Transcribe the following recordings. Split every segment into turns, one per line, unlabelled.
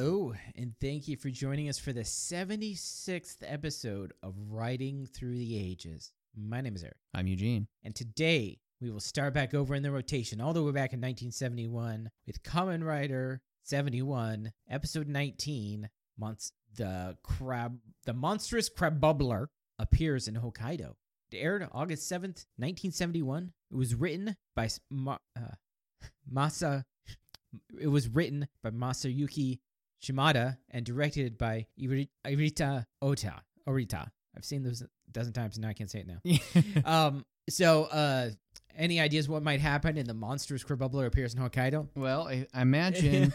and thank you for joining us for the 76th episode of Riding Through the Ages. My name is Eric,
I'm Eugene.
and today we will start back over in the rotation all the way back in 1971 with Common Rider 71, episode 19. Monst- the crab, the monstrous crab bubbler appears in Hokkaido. It aired August 7th, 1971. It was written by S- Ma- uh, Masa. It was written by Masayuki Shimada and directed by Iri- Irita Ota. Orita. I've seen those a dozen times and now I can't say it now. um, so, uh, any ideas what might happen in the monstrous Krabubbler appears in Hokkaido?
well, I, I imagine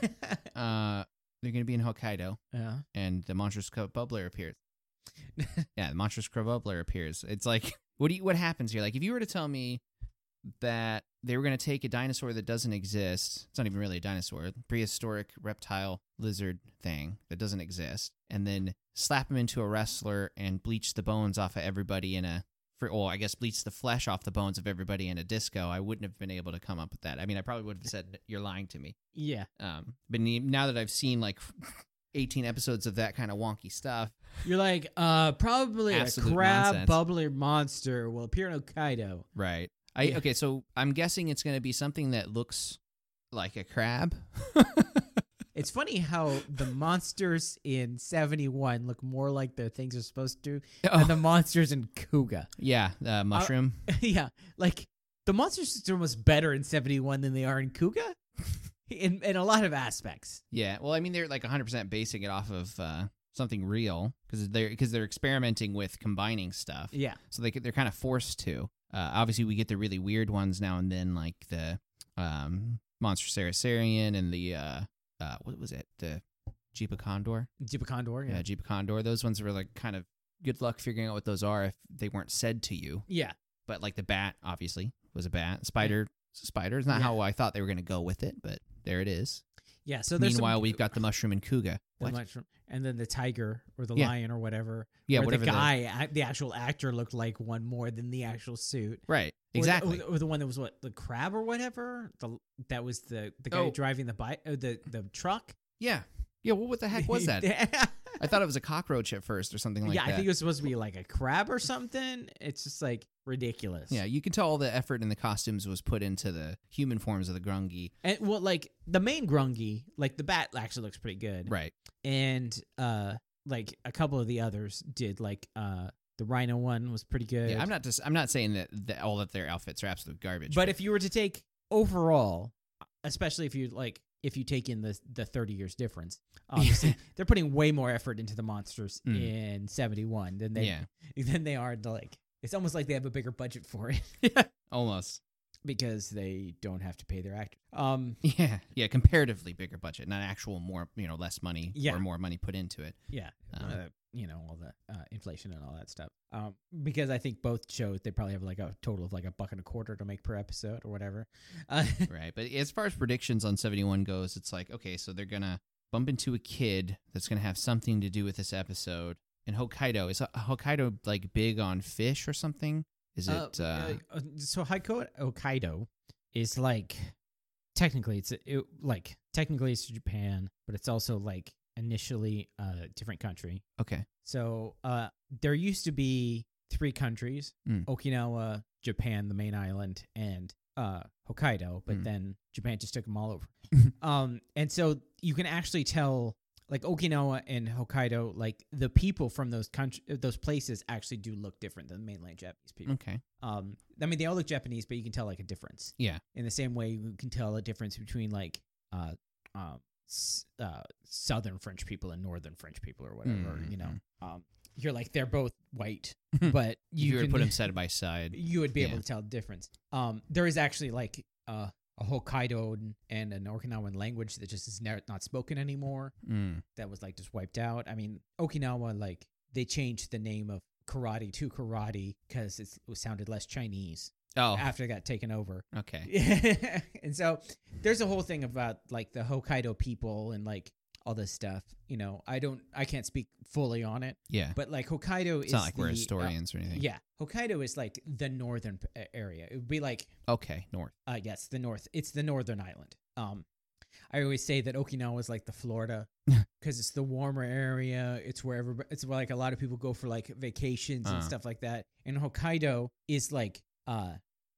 uh, they're going to be in Hokkaido,
yeah.
and the monstrous crab bubbler appears. yeah, the monstrous crab bubbler appears. It's like, what do you, what happens here? Like, if you were to tell me that they were going to take a dinosaur that doesn't exist, it's not even really a dinosaur, prehistoric reptile lizard thing that doesn't exist, and then slap him into a wrestler and bleach the bones off of everybody in a for well, I guess bleach the flesh off the bones of everybody in a disco. I wouldn't have been able to come up with that. I mean, I probably would have said you're lying to me.
Yeah.
Um, but ne- now that I've seen like 18 episodes of that kind of wonky stuff,
You're like, uh, probably a
Absolute
crab
nonsense.
bubbler monster will appear in Hokkaido.
right? I
Yeah.
okay, so I'm guessing it's going to be something that looks like a crab.
It's funny how the monsters in 71 look more like the things they're supposed to than the monsters in Kuga.
yeah,
Uh,
the mushroom.
yeah, like the monster system was better in 71 than they are in Kuga in, in a lot of aspects.
yeah, well, I mean they're like 100% basing it off of uh, something real because they're because they're experimenting with combining stuff.
Yeah.
so they c- they're kind of forced to. Uh, obviously, we get the really weird ones now and then, like the um, monster Saracarian and the uh, uh, what was it, the Jeepa Condor.
Jeep Condor.
yeah,
Yeah.
Jeep Condor. Those ones were like kind of good luck figuring out what those are if they weren't said to you.
Yeah.
But like the bat, obviously, was a bat. Spider, it's a spider. It's not
Yeah.
how I thought they were going to go with it, but there it is.
yeah. So there's some-
Meanwhile, we've got the mushroom and cougar.
the
What?
mushroom- and then the tiger or the
Yeah.
lion or whatever.
yeah,
where
whatever
the guy, ac- the actual actor, looked like one more than the actual suit.
right,
Or the-
exactly.
Or the, or the one that was what the crab or whatever. The that was the the guy
Oh.
driving the bike, uh, the the truck.
yeah, yeah. Well, what the heck was that?
yeah,
I thought it was a cockroach at first or something like
I
that.
think it was supposed to be like a crab or something. It's just like ridiculous.
yeah, you can tell all the effort in the costumes was put into the human forms of the grungy.
And well, like the main grungy, like the bat actually looks pretty good.
Right.
And uh like a couple of the others did like uh the rhino one was pretty good.
Yeah, I'm not just. I'm not saying that, that all of their outfits are absolute garbage.
but if you were to take overall, especially if you like if you take in the the 30 years difference, obviously they're putting way more effort into the monsters
Mm.
in 71 than they
yeah,
than they are in the like it's almost like they have a bigger budget for it
almost.
because they don't have to pay their actors. Um
Yeah, yeah, comparatively bigger budget, not actual more, you know, less money
Yeah.
or more money put into it.
Yeah.
Um,
uh, you know, all the uh, inflation and all that stuff. Um, because I think both shows, they probably have like a total of like a buck and a quarter to make per episode or whatever. Uh,
right. But as far as predictions on 71 goes, it's like, okay, so they're going to bump into a kid that's going to have something to do with this episode. And Hokkaido, is uh, Hokkaido like big on fish or something? Is it,
uh,
uh,
uh, so Haiko Hokkaido is like, technically, it's it, like, technically it's Japan, but it's also like initially a different country.
okay,
So uh, there used to be three countries:
Mm.
Okinawa, Japan, the main island, and uh, Hokkaido. But
Mm.
then Japan just took them all over. um, and so you can actually tell, like Okinawa and Hokkaido, like the people from those country, those places actually do look different than mainland Japanese people.
okay.
Um, I mean, they all look Japanese, but you can tell like a difference.
Yeah.
In the same way, you can tell a difference between like uh, um, s- uh, southern French people and northern French people, or whatever. You know, um, you're like they're both white, but
Mm-hmm. You,
you
would
can,
put them side by side.
you would be able
yeah.
to tell the difference. Um, there is actually like uh, a Hokkaido and an Okinawan language that just is ne- not spoken anymore.
Mm.
That was like just wiped out. I mean, Okinawa like they changed the name of karate to karate because it sounded less Chinese
Oh,
after it got taken over.
okay.
and so there's a whole thing about like the Hokkaido people and like all this stuff. You know, I don't, I can't speak fully on it,
Yeah.
but like Hokkaido
It's
is
not like we're
the, uh,
historians or anything.
yeah, Hokkaido is like the northern p- area. It would be like,
Okay, north.
uh, yes, the north. It's the northern island. Um, I always say that Okinawa is like the Florida because it's the warmer area. It's where everybody, it's where like a lot of people go for like vacations
Uh.
and stuff like that. And Hokkaido is like uh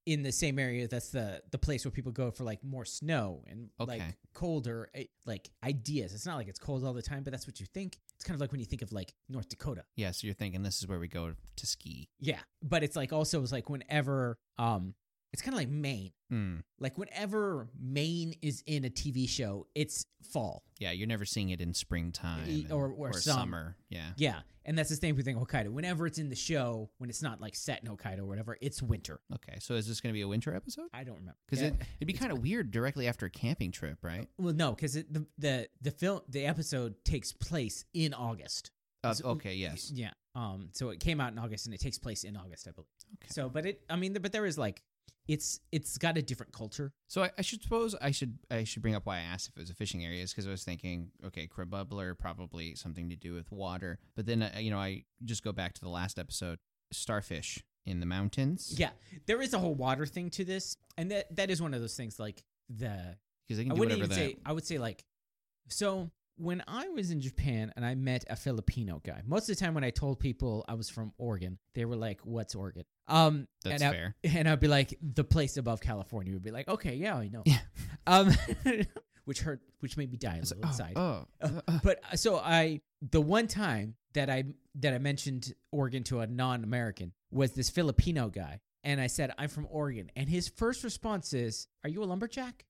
in the same area that's the the place where people go for like more snow and like
Okay.
colder eh, like ideas. It's not like it's cold all the time, but that's what you think. It's kind of like when you think of like North Dakota.
Yeah, so you're thinking this is where we go to ski.
Yeah, but it's like also it's like whenever um it's kind of like Maine.
Hmm.
Like whenever Maine is in a TV show, it's fall.
Yeah, you're never seeing it in springtime
E-
and-
or- or some-
summer. Yeah.
Yeah, and that's the same thing with Hokkaido. Whenever it's in the show, when it's not like set in Hokkaido or whatever, it's winter.
Okay, so is this going to be a winter episode?
I don't remember
Because
Yeah.
it, it'd be kind of weird directly after a camping trip, right?
well, no, because the the the film the episode takes place in August.
Uh,
Oh, So-
okay, yes.
Yeah. Um. So it came out in August, and it takes place in August, I believe.
Okay.
So, but it, I mean, but there is like, it's it's got a different culture.
So I, I should suppose I should I should bring up why I asked if it was a fishing area is because I was thinking okay Krabubbler probably something to do with water but then uh, you know I just go back to the last episode starfish in the mountains
Yeah, there is a whole water thing to this, and that that is one of those things like the
because they can
I
do
wouldn't
whatever
even
they
say. I would say like, so when I was in Japan and I met a Filipino guy, most of the time when I told people I was from Oregon, they were like, "What's Oregon?" Um, and
that's
I,
fair
And I'd be like, "The place above California." Would be like, "Okay, yeah, I know."
Yeah.
Um, which hurt, which made me die a
It's
little
like,
inside.
oh, oh, uh, uh,
But uh, so I, the one time that I that I mentioned Oregon to a non-American was this Filipino guy, and I said, "I'm from Oregon," and his first response is, "Are you a lumberjack?"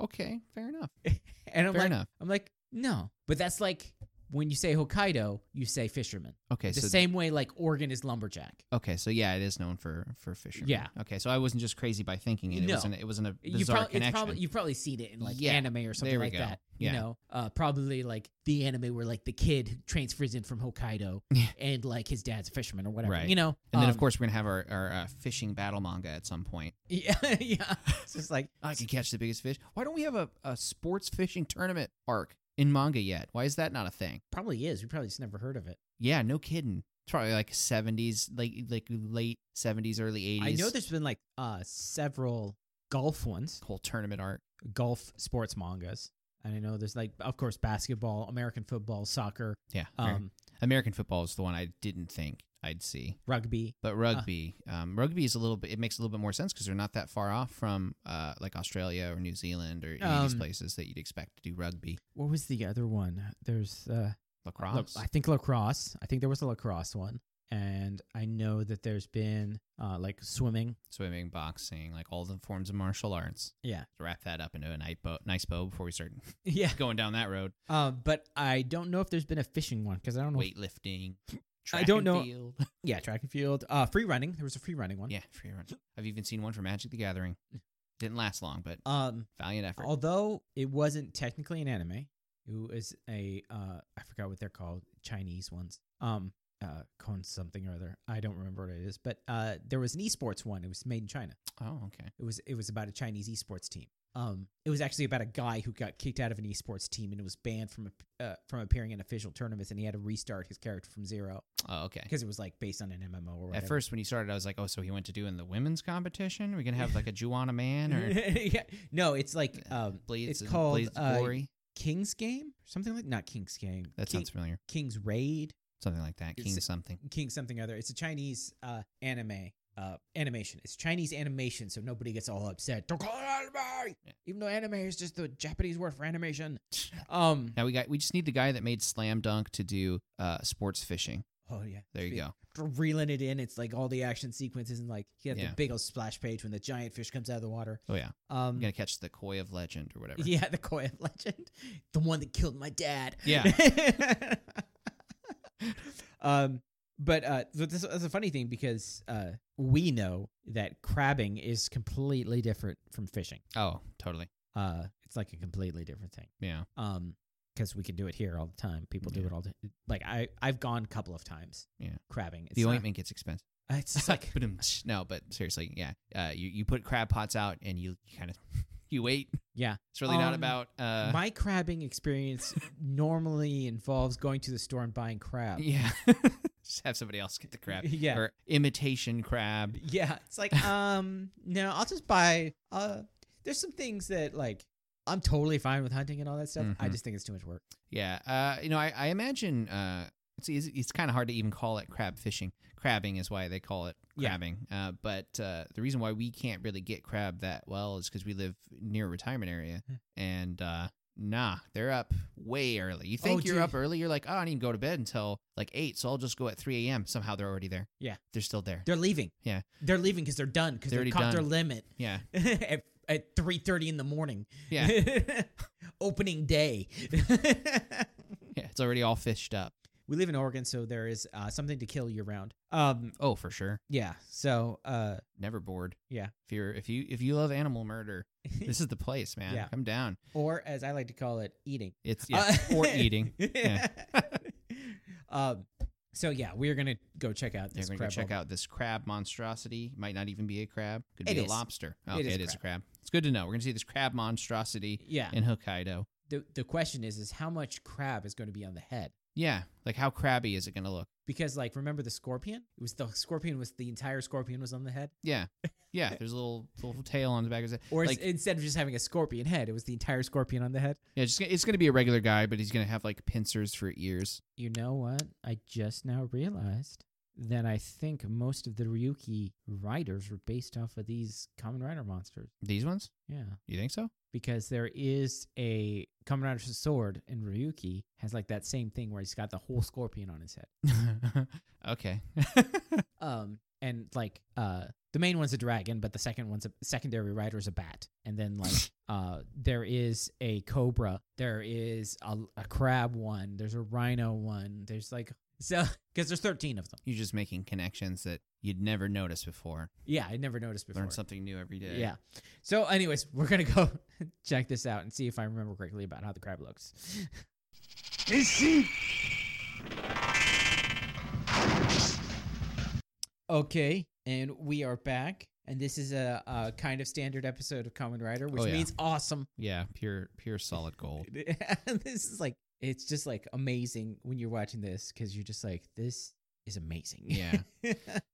okay fair enough
And I'm
fair
like,
enough
I'm like, no. But that's like when you say Hokkaido, you say fisherman.
okay
the
so
same way like Oregon is lumberjack.
okay so yeah it is known for for fishing
Yeah.
okay so I wasn't just crazy by thinking it it
No.
wasn't it wasn't a bizarre
You probably, it's
connection
probably you've probably seen it in like
Yeah,
anime or something
there we
like
go.
that. You
Yeah.
know, uh, probably like the anime where like the kid transfers in from Hokkaido
Yeah.
and like his dad's a fisherman or whatever.
Right.
You know,
and then of
Um,
course we're gonna have our our uh, fishing battle manga at some point.
yeah, yeah. It's just like
I can catch the biggest fish. Why don't we have a, a sports fishing tournament arc in manga yet? Why is that not a thing?
probably is. We probably just never heard of it.
Yeah, no kidding. It's probably like seventies, like like late seventies, early
I
eighties.
know there's been like uh several golf ones.
whole tournament arc.
golf sports mangas. And I know there's like, of course, basketball, American football, soccer,
Yeah, Amer-
um,
American football is the one I didn't think I'd see,
rugby.
but rugby, um, rugby is a little bit. It makes a little bit more sense because they're not that far off from uh, like Australia or New Zealand or any of these
Um,
places that you'd expect to do rugby.
What was the other one? There's, uh, la-
Lacrosse.
I think lacrosse. I think there was a lacrosse one, and I know that there's been uh, like swimming.
swimming, boxing, like all the forms of martial arts.
Yeah.
Wrap that up into a nice bow, nice bow before we start
Yeah,
going down that road.
uh, but I don't know if there's been a fishing one because I don't know. if-
Weightlifting. Track
don't
and
know-
Field.
yeah, track and field, uh, free running. There was a free running one.
Yeah, free run. I've even seen one for Magic the Gathering. Didn't last long, but
Um,
valiant effort.
although it wasn't technically an anime it was a uh i forgot what they're called chinese ones um uh con something or other i don't remember what it is but uh there was an esports one it was made in china
oh, okay.
it was it was about a chinese esports team um it was actually about a guy who got kicked out of an esports team and was banned from ap- uh, from appearing in official tournaments and he had to restart his character from zero
Oh, okay.
because it was like based on an mmo or whatever
At first, when you started, I was like, "Oh, so he went to doing the women's competition? We're gonna have like a Juana man or
yeah. no it's like um
Blades?
It's
of-
called,
Blades of
uh,
Glory.
king's game something like not king's game
That
King-
sounds familiar.
king's raid
Something like that.
it's-
King something.
King something other. It's a Chinese uh, anime uh, animation. It's Chinese animation, so nobody gets all upset. Don't call it anime,
Yeah.
even though anime is just the Japanese word for animation. Um.
Now we got. We just need the guy that made Slam Dunk to do uh, sports fishing.
Oh yeah.
There you
Be-
go.
Reeling it in. It's like all the action sequences and like you have
Yeah.
the big old splash page when the giant fish comes out of the water.
Oh yeah,
Um.
I'm gonna catch the koi of legend or whatever.
Yeah, the Koi of legend, the one that killed my dad. um, but uh, so this is a funny thing because uh, we know that crabbing is completely different from fishing.
Oh, totally.
Uh, it's like a completely different thing.
Yeah.
Um, because we can do it here all the time. People do
Yeah.
it all the like I I've gone a couple of times.
Yeah.
crabbing. It's
the
not-
ointment gets expensive.
It's just like
Ba-dum-tsh. no, but seriously, yeah. Uh, you you put crab pots out and you, you kind of you wait.
Yeah.
it's really not
Um,
about uh,
my crabbing experience normally involves going to the store and buying crab.
yeah. Just have somebody else get the crab.
Yeah.
or imitation crab.
Yeah, it's like um no, I'll just buy uh there's some things that like I'm totally fine with hunting and all that stuff. I
Mhm.
just think it's too much work.
Yeah. Uh, you know, I, I imagine uh, it's it's, it's kind of hard to even call it crab fishing. Crabbing is why they call it
Yeah.
crabbing. Uh, but uh, the reason why we can't really get crab that well is because we live near a retirement area,
Hmm.
and uh, nah, they're up way early. You
Oh,
think you're
gee.
up early? You're like, oh, I didn't even go to bed until like eight, so I'll just go at three a.m. Somehow they're already there.
Yeah.
they're still there.
They're leaving.
Yeah.
They're leaving because they're done because
They're
they
already
caught their
done.
limit
yeah,
at, at 3.30 in the morning.
yeah,
Opening day.
yeah. It's already all fished up.
we live in Oregon, so there is uh, something to kill year round. Um,
Oh, for sure.
yeah. So, uh,
Never bored.
Yeah.
If you're if you if you love animal murder, this is the place, man.
Yeah.
Come down.
or as I like to call it, eating.
It's yeah,
Uh,
or eating. Yeah.
um, so yeah, we are gonna go check out
You're
this
going to
crab.
check
bubble.
out this crab monstrosity. Might not even be a crab. Could
It
be
is.
a lobster.
It
Okay,
is a
a crab. It's good to know. We're going to see this crab monstrosity
Yeah.
in Hokkaido.
The the question is, is how much crab is going to be on the head?
Yeah, like how crabby is it going to look?
Because like, remember the scorpion? It was the scorpion was the entire scorpion was on the head,
Yeah, yeah. There's a little little tail on the back of his head.
or is-
Like-
instead of just having a scorpion head, it was the entire scorpion on the head.
Yeah, just, it's going to be a regular guy, but he's going to have like pincers for ears.
You know what? I just now realized that I think most of the Ryuki riders were based off of these common rider monsters.
These ones?
Yeah.
You think so?
because there is a Kamen Rider sword and Ryuki has like that same thing where he's got the whole scorpion on his head.
okay.
Um, and like uh, the main one's a dragon, but the second one's a secondary rider is a bat, and then like uh, there is a cobra, there is a, a crab one, there's a rhino one, there's like so because there's thirteen of them.
You're just making connections that you'd never noticed before.
Yeah, I never noticed before.
Learn something new every day.
Yeah. So, anyways, we're gonna go check this out and see if I remember correctly about how the crab looks. okay, and we are back, and this is a, a kind of standard episode of Common Rider, which
Oh, yeah. Oh.
means awesome.
Yeah, pure pure solid gold.
this is like it's just like amazing when you're watching this because you're just like this is amazing.
Yeah.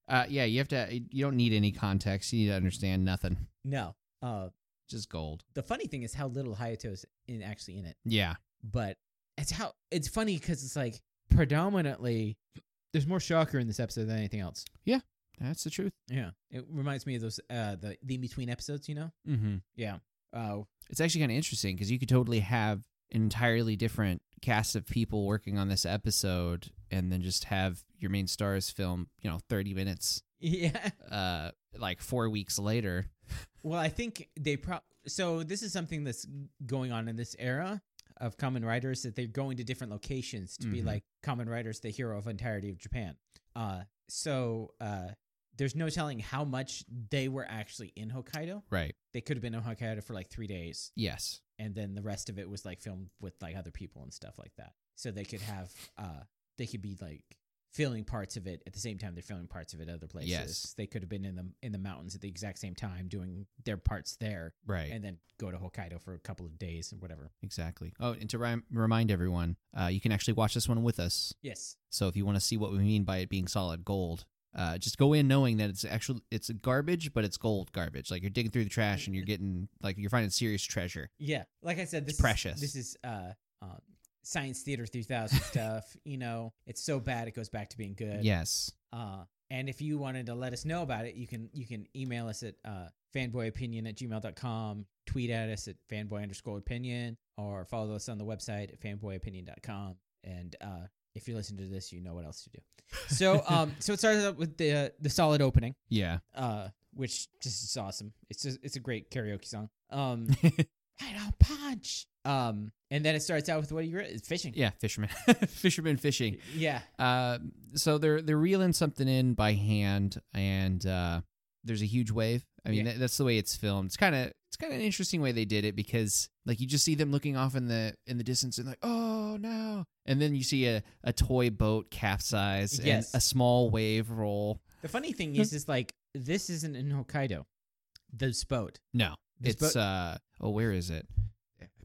Uh, yeah, you have to. You don't need any context. You need to understand nothing.
no. Uh,
Just gold.
the funny thing is how little Hayato's in actually in it.
Yeah,
but it's how it's funny because it's like predominantly there's more shocker in this episode than anything else.
that's the truth.
Yeah, it reminds me of those uh the the in between episodes, you know.
Mm-hmm.
Yeah. Uh,
It's actually kind of interesting because you could totally have an entirely different cast of people working on this episode, and then just have your main stars film, you know, thirty minutes,
yeah.
uh, like four weeks later.
Well, I think they pro. So this is something that's going on in this era of common writers that they're going to different locations to be
Mhm.
like common writers, the hero of entirety of Japan. Uh, so uh, there's no telling how much they were actually in Hokkaido.
Right.
They could have been in Hokkaido for like three days.
Yes.
and then the rest of it was like filmed with like other people and stuff like that. So they could have uh they could be like filming parts of it at the same time they're filming parts of it other places.
Yes.
They could have been in the in the mountains at the exact same time doing their parts there
Right.
and then go to Hokkaido for a couple of days and whatever.
exactly. Oh, and to ri- remind everyone, uh, you can actually watch this one with us.
Yes.
So if you want to see what we mean by it being solid gold, uh, just go in knowing that it's actual it's garbage, but it's gold garbage. Like you're digging through the trash and you're getting like you're finding serious treasure.
Yeah. Like I said, this
It's precious.
Is, this is uh um Science Theater 3000 stuff, you know, it's so bad it goes back to being good.
Yes.
Uh, and if you wanted to let us know about it, you can you can email us at uh, fanboyopinion at gmail.com, tweet at us at fanboy underscore opinion, or follow us on the website at fanboyopinion.com. And uh, if you listen to this, you know what else to do. So um, so it starts out with the uh, the solid opening,
Yeah.
uh, which just is awesome. It's just it's a great karaoke song. Um, I don't punch. Um, and then it starts out with what you read, fishing.
yeah. Fisherman. Fisherman fishing.
yeah,
Uh, so they're they're reeling something in by hand, and uh, there's a huge wave. I mean,
Yeah.
that, that's the way it's filmed. It's kind of it's kind of an interesting way they did it because like you just see them looking off in the in the distance and like oh no, and then you see a a toy boat capsize
Yes.
and a small wave roll.
The funny thing is, is like this isn't in Hokkaido. This boat
No,
This
it's
boat-
uh oh where is it?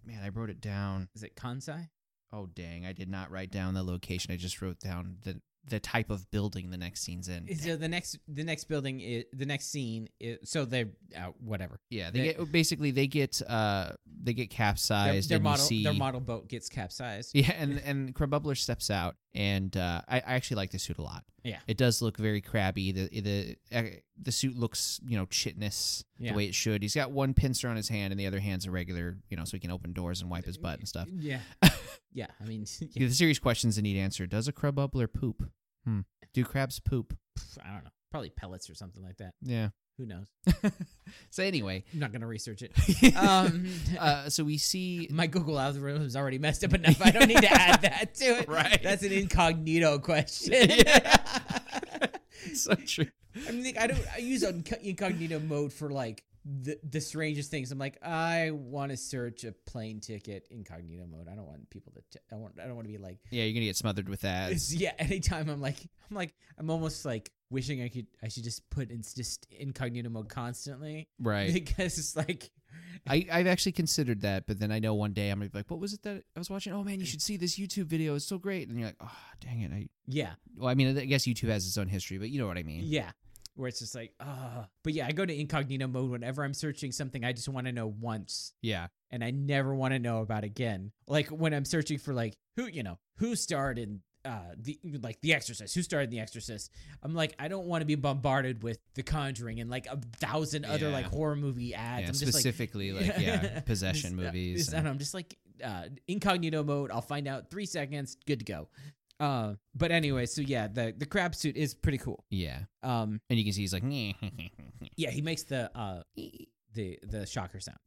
Man, I wrote it down.
is it Kansai?
Oh dang, I did not write down the location. I just wrote down the the type of building the next scene's in.
So the next the next building is the next scene is so they uh, whatever
Yeah, they,
They-
get basically they get uh they get
their,
capsized
their
and you
model
see
their model boat gets capsized.
yeah, and and Crabbubbler steps out, and uh, I, I actually like the suit a lot.
Yeah.
it does look very crabby. The the uh, the suit looks you know chitinous
Yeah.
the way it should. He's got one pincer on his hand, and the other hand's a regular you know, so he can open doors and wipe his butt and stuff.
Yeah, yeah. I mean, yeah,
The serious questions that need answer: Does a Crabbubbler poop? Hmm. Do crabs poop?
pff, I don't know. Probably pellets or something like that.
Yeah.
Who knows?
so anyway,
I'm not gonna research it.
um,
Um,
uh, so we see
my Google algorithm's already messed up enough. I don't need to add that to it.
Right.
That's an incognito question.
Yeah. so true.
I mean, like, I don't. I use unco- incognito mode for like the the strangest things. I'm like, I want to search a plane ticket incognito mode. I don't want people to. T- I want. I don't want to be like.
Yeah, you're gonna get smothered with that.
It's, yeah. Anytime I'm like, I'm like, I'm almost like wishing I could. I should just put in just incognito mode constantly
Right.
because it's like.
I, I've actually considered that, but then I know one day I'm gonna be like, "What was it that I was watching? Oh man, you should see this YouTube video. It's so great!" And you're like, "Oh, dang it!" I
Yeah,
well, I mean, I guess YouTube has its own history, but you know what I mean.
yeah, where it's just like, ah. But yeah, I go to incognito mode whenever I'm searching something I just want to know once.
Yeah,
and I never want to know about again. Like when I'm searching for like who you know who starred in uh the like The Exorcist, who starred in The Exorcist. I'm like I don't want to be bombarded with The Conjuring and like a thousand other
Yeah.
like horror movie ads.
yeah
I'm just like
specifically like, yeah, possession
This- uh,
movies.
this- I don't
and-
know, I'm just like uh, incognito mode. I'll find out three seconds. Good to go. Uh, but anyway, so yeah, the the crab suit is pretty cool.
yeah,
Um,
and you can see he's like,
yeah, he makes the uh the the shocker sound.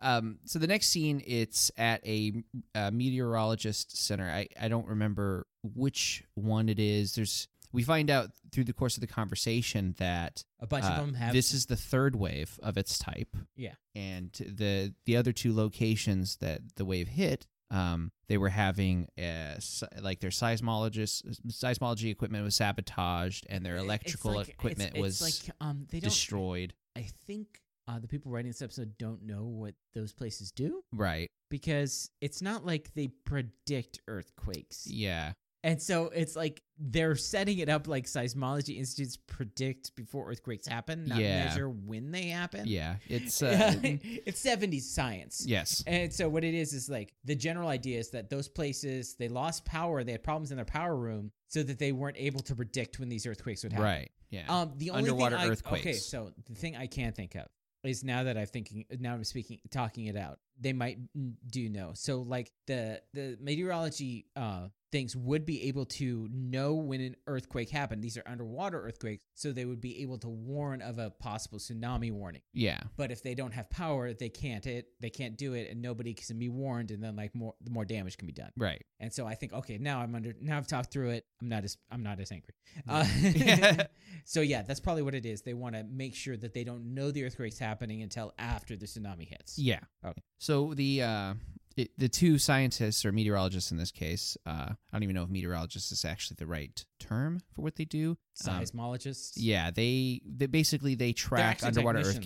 um. So the next scene, it's at a, uh meteorologist center. I I don't remember which one it is. There's we find out through the course of the conversation that
A bunch of
Uh,
them have
this is the third wave of its type.
Yeah.
And the the other two locations that the wave hit, um, they were having uh, s- like their seismologists seismology equipment was sabotaged and their
It's
electrical
like- it's-
equipment
it's
was
like um they don't
destroyed.
I think uh, the people writing this episode don't know what those places do
Right.
because it's not like they predict earthquakes.
Yeah.
And so it's like they're setting it up like seismology institutes predict before earthquakes happen, not
Yeah.
measure when they happen.
Yeah. It's uh,
it's 70s science.
yes.
And so what it is is like the general idea is that those places they lost power, they had problems in their power room, so that they weren't able to predict when these earthquakes would happen.
Right. Yeah.
Um, the only
Underwater
thing I, Okay,
earthquakes.
so the thing I can think of is now that I'm thinking, now I'm speaking, talking it out. They might n- do know. So like the the meteorology uh things would be able to know when an earthquake happened. These are underwater earthquakes, so they would be able to warn of a possible tsunami warning.
yeah.
But if they don't have power, they can't it they can't do it, and nobody can be warned, and then like more more damage can be done.
Right.
And so I think, okay, now I'm under. Now I've talked through it. I'm not as I'm not as angry. Uh,
Yeah.
so yeah, that's probably what it is. They want to make sure that they don't know the earthquake's happening until after the tsunami hits.
Yeah.
Okay.
So the uh, it, the two scientists or meteorologists in this case, uh, I don't even know if meteorologist is actually the right term for what they do. Um,
Seismologists.
yeah, they, they basically they track
actually
underwater
technicians.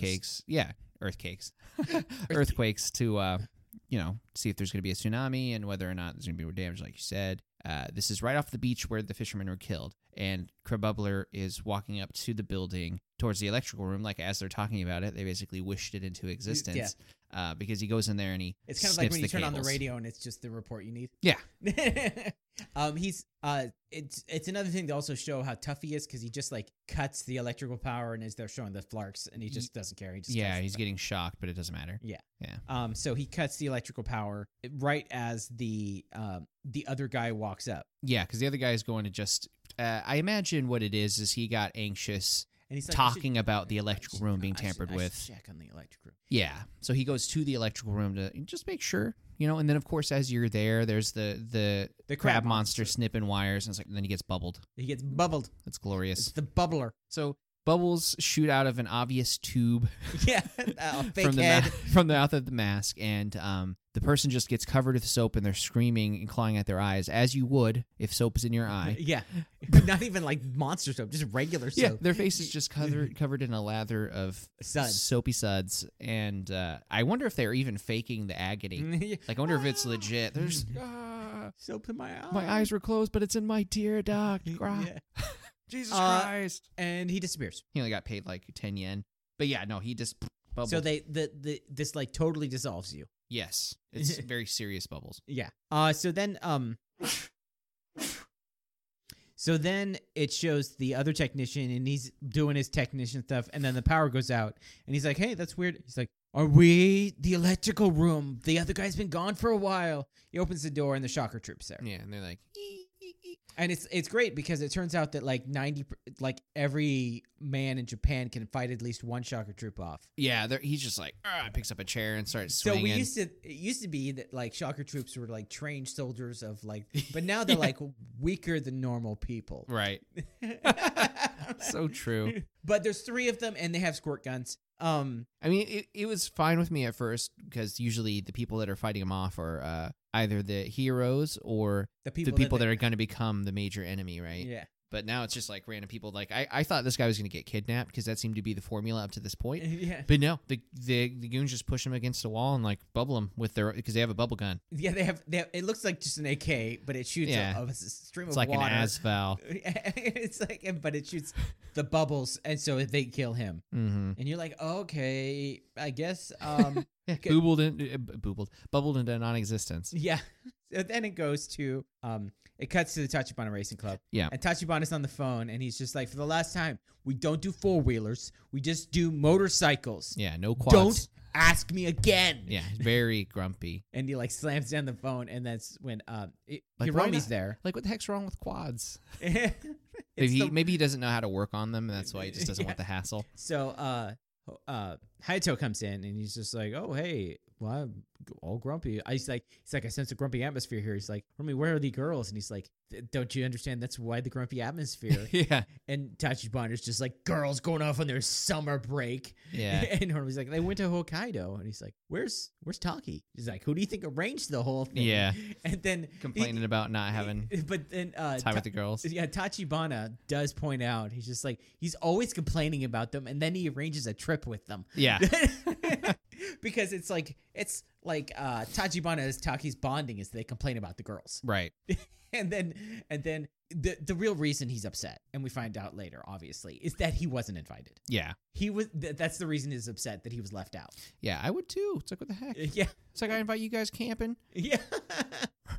earthquakes. Yeah, earthquakes, earthquakes to uh, you know see if there's going to be a tsunami and whether or not there's going to be damage, like you said. Uh, this is right off the beach where the fishermen were killed, and Krabubbler is walking up to the building towards the electrical room. Like as they're talking about it, they basically wished it into existence uh, because he goes in there and he
It's kind of like
sniffs
when you
the
turn on the
cables.
radio and it's just the report you need.
Yeah.
um, he's uh, it's it's another thing to also show how tough he is because he just like cuts the electrical power and is there showing the flarks and he
Ye-
just doesn't care. He just
Yeah,
cuts the
he's
flarks.
getting shocked, but it doesn't matter.
Um, so he cuts the electrical power right as the um the other guy walks up,
Yeah, because the other guy is going to just. Uh, I imagine what it is is he got anxious
and he's like, I should-
talking about the
I
electrical
should-
room being
I should-
tampered
I should
with.
check on the electric room.
Yeah, so he goes to the electrical room to just make sure, you know. And then of course, as you're there, there's the the
The
crab, monster, snipping wires, and it's like then he gets bubbled.
He gets bubbled.
That's
It's
glorious.
the bubbler.
So bubbles shoot out of an obvious tube
Yeah, a fake
from the
head.
mou- from the mouth of the mask, and um, the person just gets covered with soap and they're screaming and clawing at their eyes as you would if soap is in your eye.
Yeah. Not even like monster soap, just regular soap.
Yeah, their face is just covered covered in a lather of
Suds.
soapy suds, and uh, I wonder if they're even faking the agony.
Yeah.
Like, I wonder if it's
Ah.
legit. There's ah,
soap in my eye.
my eyes were closed, but it's in my tear duct. Grah.
Yeah.
Jesus
Uh,
Christ!
And he disappears.
He only got paid like ten yen, but yeah, no, he just bubbled.
So they the, the this like totally dissolves you.
yes, it's very serious bubbles.
Yeah. Uh so then um So then it shows the other technician and he's doing his technician stuff and then the power goes out and he's like, "Hey, that's weird." He's like, "Are we the electrical room? The other guy's been gone for a while." He opens the door and the shocker troops there.
Yeah, and they're like,
And it's it's great because it turns out that like 90 per- like every man in Japan can fight at least one shocker troop off.
yeah, they're, he's just like, ah, picks up a chair and starts
So
swinging.
we used to it used to be that like shocker troops were like trained soldiers of like but now they're like weaker than normal people.
right, so true.
but there's three of them and they have squirt guns. Um
I mean, it, it was fine with me at first because usually the people that are fighting him off are uh, either the heroes or
the people
the people that,
they-
are going to become the major enemy, right?
Yeah.
But now it's just like random people. Like I, I thought this guy was going to get kidnapped because that seemed to be the formula up to this point.
Yeah.
But no, the, the the goons just push him against a wall and like bubble him with their because they have a bubble gun.
Yeah, they have, they have it looks like just an AK, but it shoots
Yeah.
a, a stream
It's
of
like
water.
an asval.
it's like but it shoots the bubbles and so they kill him.
Mm-hmm.
And you're like, "Okay, I guess um
Yeah,
Okay.
boobled in, uh, b- boobled, bubbled into non-existence.
Yeah. So then it goes to um it cuts to the Tachibana Racing Club.
Yeah.
And Tachibana's on the phone and he's just like, For the last time, we don't do four wheelers, we just do motorcycles.
Yeah, no quads.
Don't ask me again.
Yeah, very grumpy.
And he like slams down the phone and that's when um it,
Like, why
Hiromi's there.
Like, what the heck's wrong with quads?
It's
Maybe, he,
the-
maybe he doesn't know how to work on them, and that's why he just doesn't
Yeah.
want the hassle.
so uh uh Hayato comes in and he's just like, Oh hey, well I'm all grumpy. I he's like he's like, I sense a grumpy atmosphere here. He's like, Hiromi, where are the girls? And he's like, Don't you understand that's why the grumpy atmosphere?
yeah,
And Tachibana's just like, girls going off on their summer break.
yeah.
And Hiromi's like, they went to Hokkaido. And he's like, where's where's Taki? He's like, who do you think arranged the whole thing?
Yeah.
And then
Complaining about not having
But then uh
time
Ta-
with the girls.
yeah, Tachibana does point out he's just like he's always complaining about them and then he arranges a trip with them.
Yeah,
because it's like it's like uh Tachibana is Taki's bonding is they complain about the girls
right.
and then and then the the real reason he's upset and we find out later obviously is that he wasn't invited
Yeah,
he was th- that's the reason he's upset that he was left out
yeah. I would too. It's like what the heck?
yeah
It's like I invite you guys camping.
yeah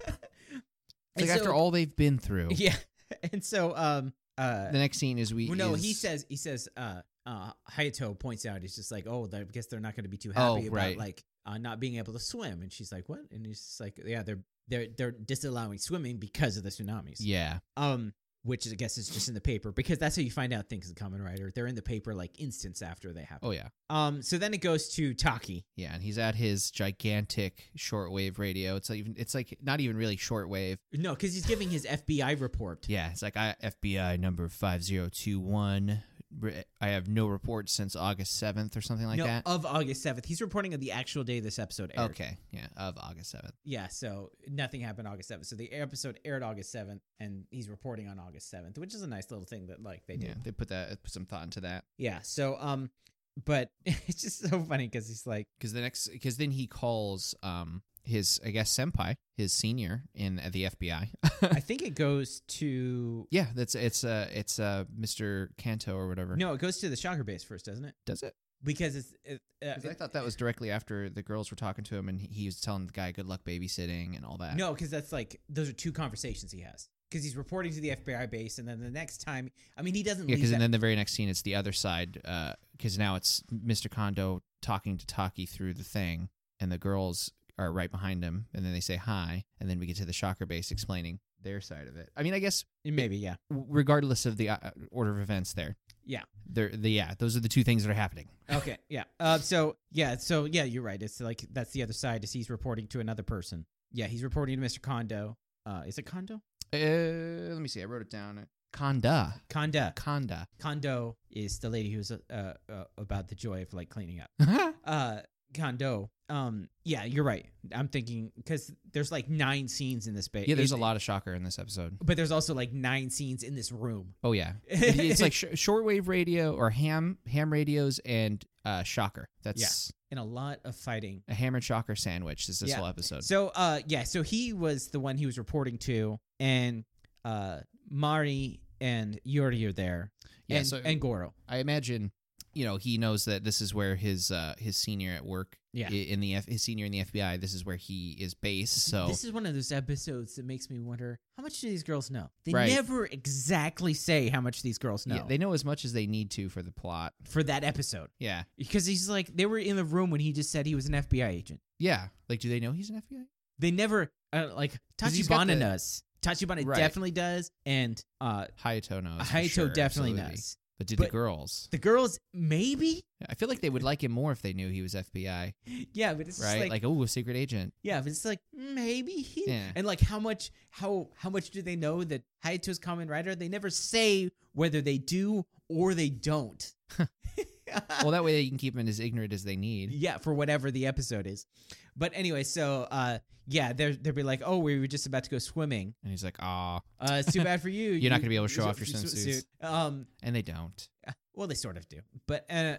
It's like
And
after
so-
all they've been through.
yeah and so um uh
The next scene is we.
well, no he
is-
says he says uh uh hayato points out he's just like oh i guess they're not going to be too
Oh,
happy about
right.
like uh, not being able to swim and she's like what and he's just like yeah they're they're they're disallowing swimming because of the tsunamis
Yeah,
um which is- i guess is just in the paper because that's how you find out things in common writer they're in the paper like instants after they happen
oh yeah,
um so then it goes to taki
yeah. And he's at his gigantic shortwave radio. It's like even. It's like not even really shortwave.
no because he's giving his fbi report
Yeah, it's like I, FBI number five zero two one. I have no reports since August seventh or something like
no,
that.
of august 7th he's reporting on the actual day this episode aired
Okay, yeah, of August seventh.
yeah so nothing happened august 7th so the episode aired august 7th and he's reporting on august 7th which is a nice little thing that like they do
Yeah, they put that put some thought into that
yeah so um but it's just so funny because he's like
because the next because then he calls um his I guess senpai his senior in at the FBI.
i think it goes to
yeah, that's it's uh it's uh Mr. Kanto or whatever.
no it goes to the shocker base first doesn't it
does it?
because it's it, uh,
'Cause I thought that was directly after the girls were talking to him and he, he was telling the guy good luck babysitting and all that.
No, because that's like those are two conversations he has. Because he's reporting to the FBI base, and then the next time, I mean, he doesn't
Yeah,
leave.
because
That,
then the very next scene, it's the other side. Because now it's Mr. Kondo talking to Taki through the thing, and the girls are right behind him, and then they say hi, and then we get to the shocker base explaining their side of it. I mean, I guess
maybe, yeah,
w- regardless of the uh, order of events, there.
Yeah.
They're, the yeah, those are the two things that are happening.
okay, yeah. Uh, so yeah, so yeah, you're right. It's like that's the other side. Is he's reporting to another person? Yeah, he's reporting to Mr. Kondo. Uh, is it Kondo?
Uh, let me see. I wrote it down. Konda.
Konda.
Konda.
Kondo is the lady who's uh, uh, about the joy of like cleaning up. Uh, Kondo. Um, yeah, you're right. I'm thinking because there's like nine scenes in this space.
Yeah, there's a lot of shocker in this episode.
but there's also like nine scenes in this room.
Oh yeah, It- it's like sh- shortwave radio or ham ham radios and uh, shocker. That's
and a lot of fighting.
a hammered shocker sandwich. Is this
Yeah.
whole episode?
So uh yeah, so he was the one he was reporting to and uh Mari and Yuri are there.
yeah.
and,
so
and Goro.
I imagine you know he knows that this is where his uh, his senior at work
Yeah.
i- in the F- his senior in the FBI. This is where he is based. So
This is one of those episodes that makes me wonder how much do these girls know? They
Right.
never exactly say how much these girls know
yeah, they know as much as they need to for the plot.
for that episode.
Yeah,
Because he's like they were in the room when he just said he was an FBI agent.
yeah. Like, do they know he's an FBI?
They never uh, like
'Cause he's got
Tachibana
the-
does. Tachibana
Right.
definitely does and uh
Hayato knows. for
Haito
sure,
definitely
absolutely.
does.
But did
But-
the girls?
The girls maybe?
I feel like they would like him more if they knew he was FBI,
Yeah, but it's just
right? Like, oh, a secret agent.
Yeah, but it's like "Mm, maybe he
Yeah.
and like how much how how much do they know that Hayato's common writer? They never say whether they do or they don't.
Well, that way they can keep him as ignorant as they need.
yeah, for whatever the episode is. But anyway, so uh yeah, they're they'll be like, Oh, we were just about to go swimming.
And he's like, ah,
Uh it's too bad for you.
You're not gonna be able to show
you-
off your
you
swimsuits.
swimsuit." Um
and they don't.
well they sort of do. But uh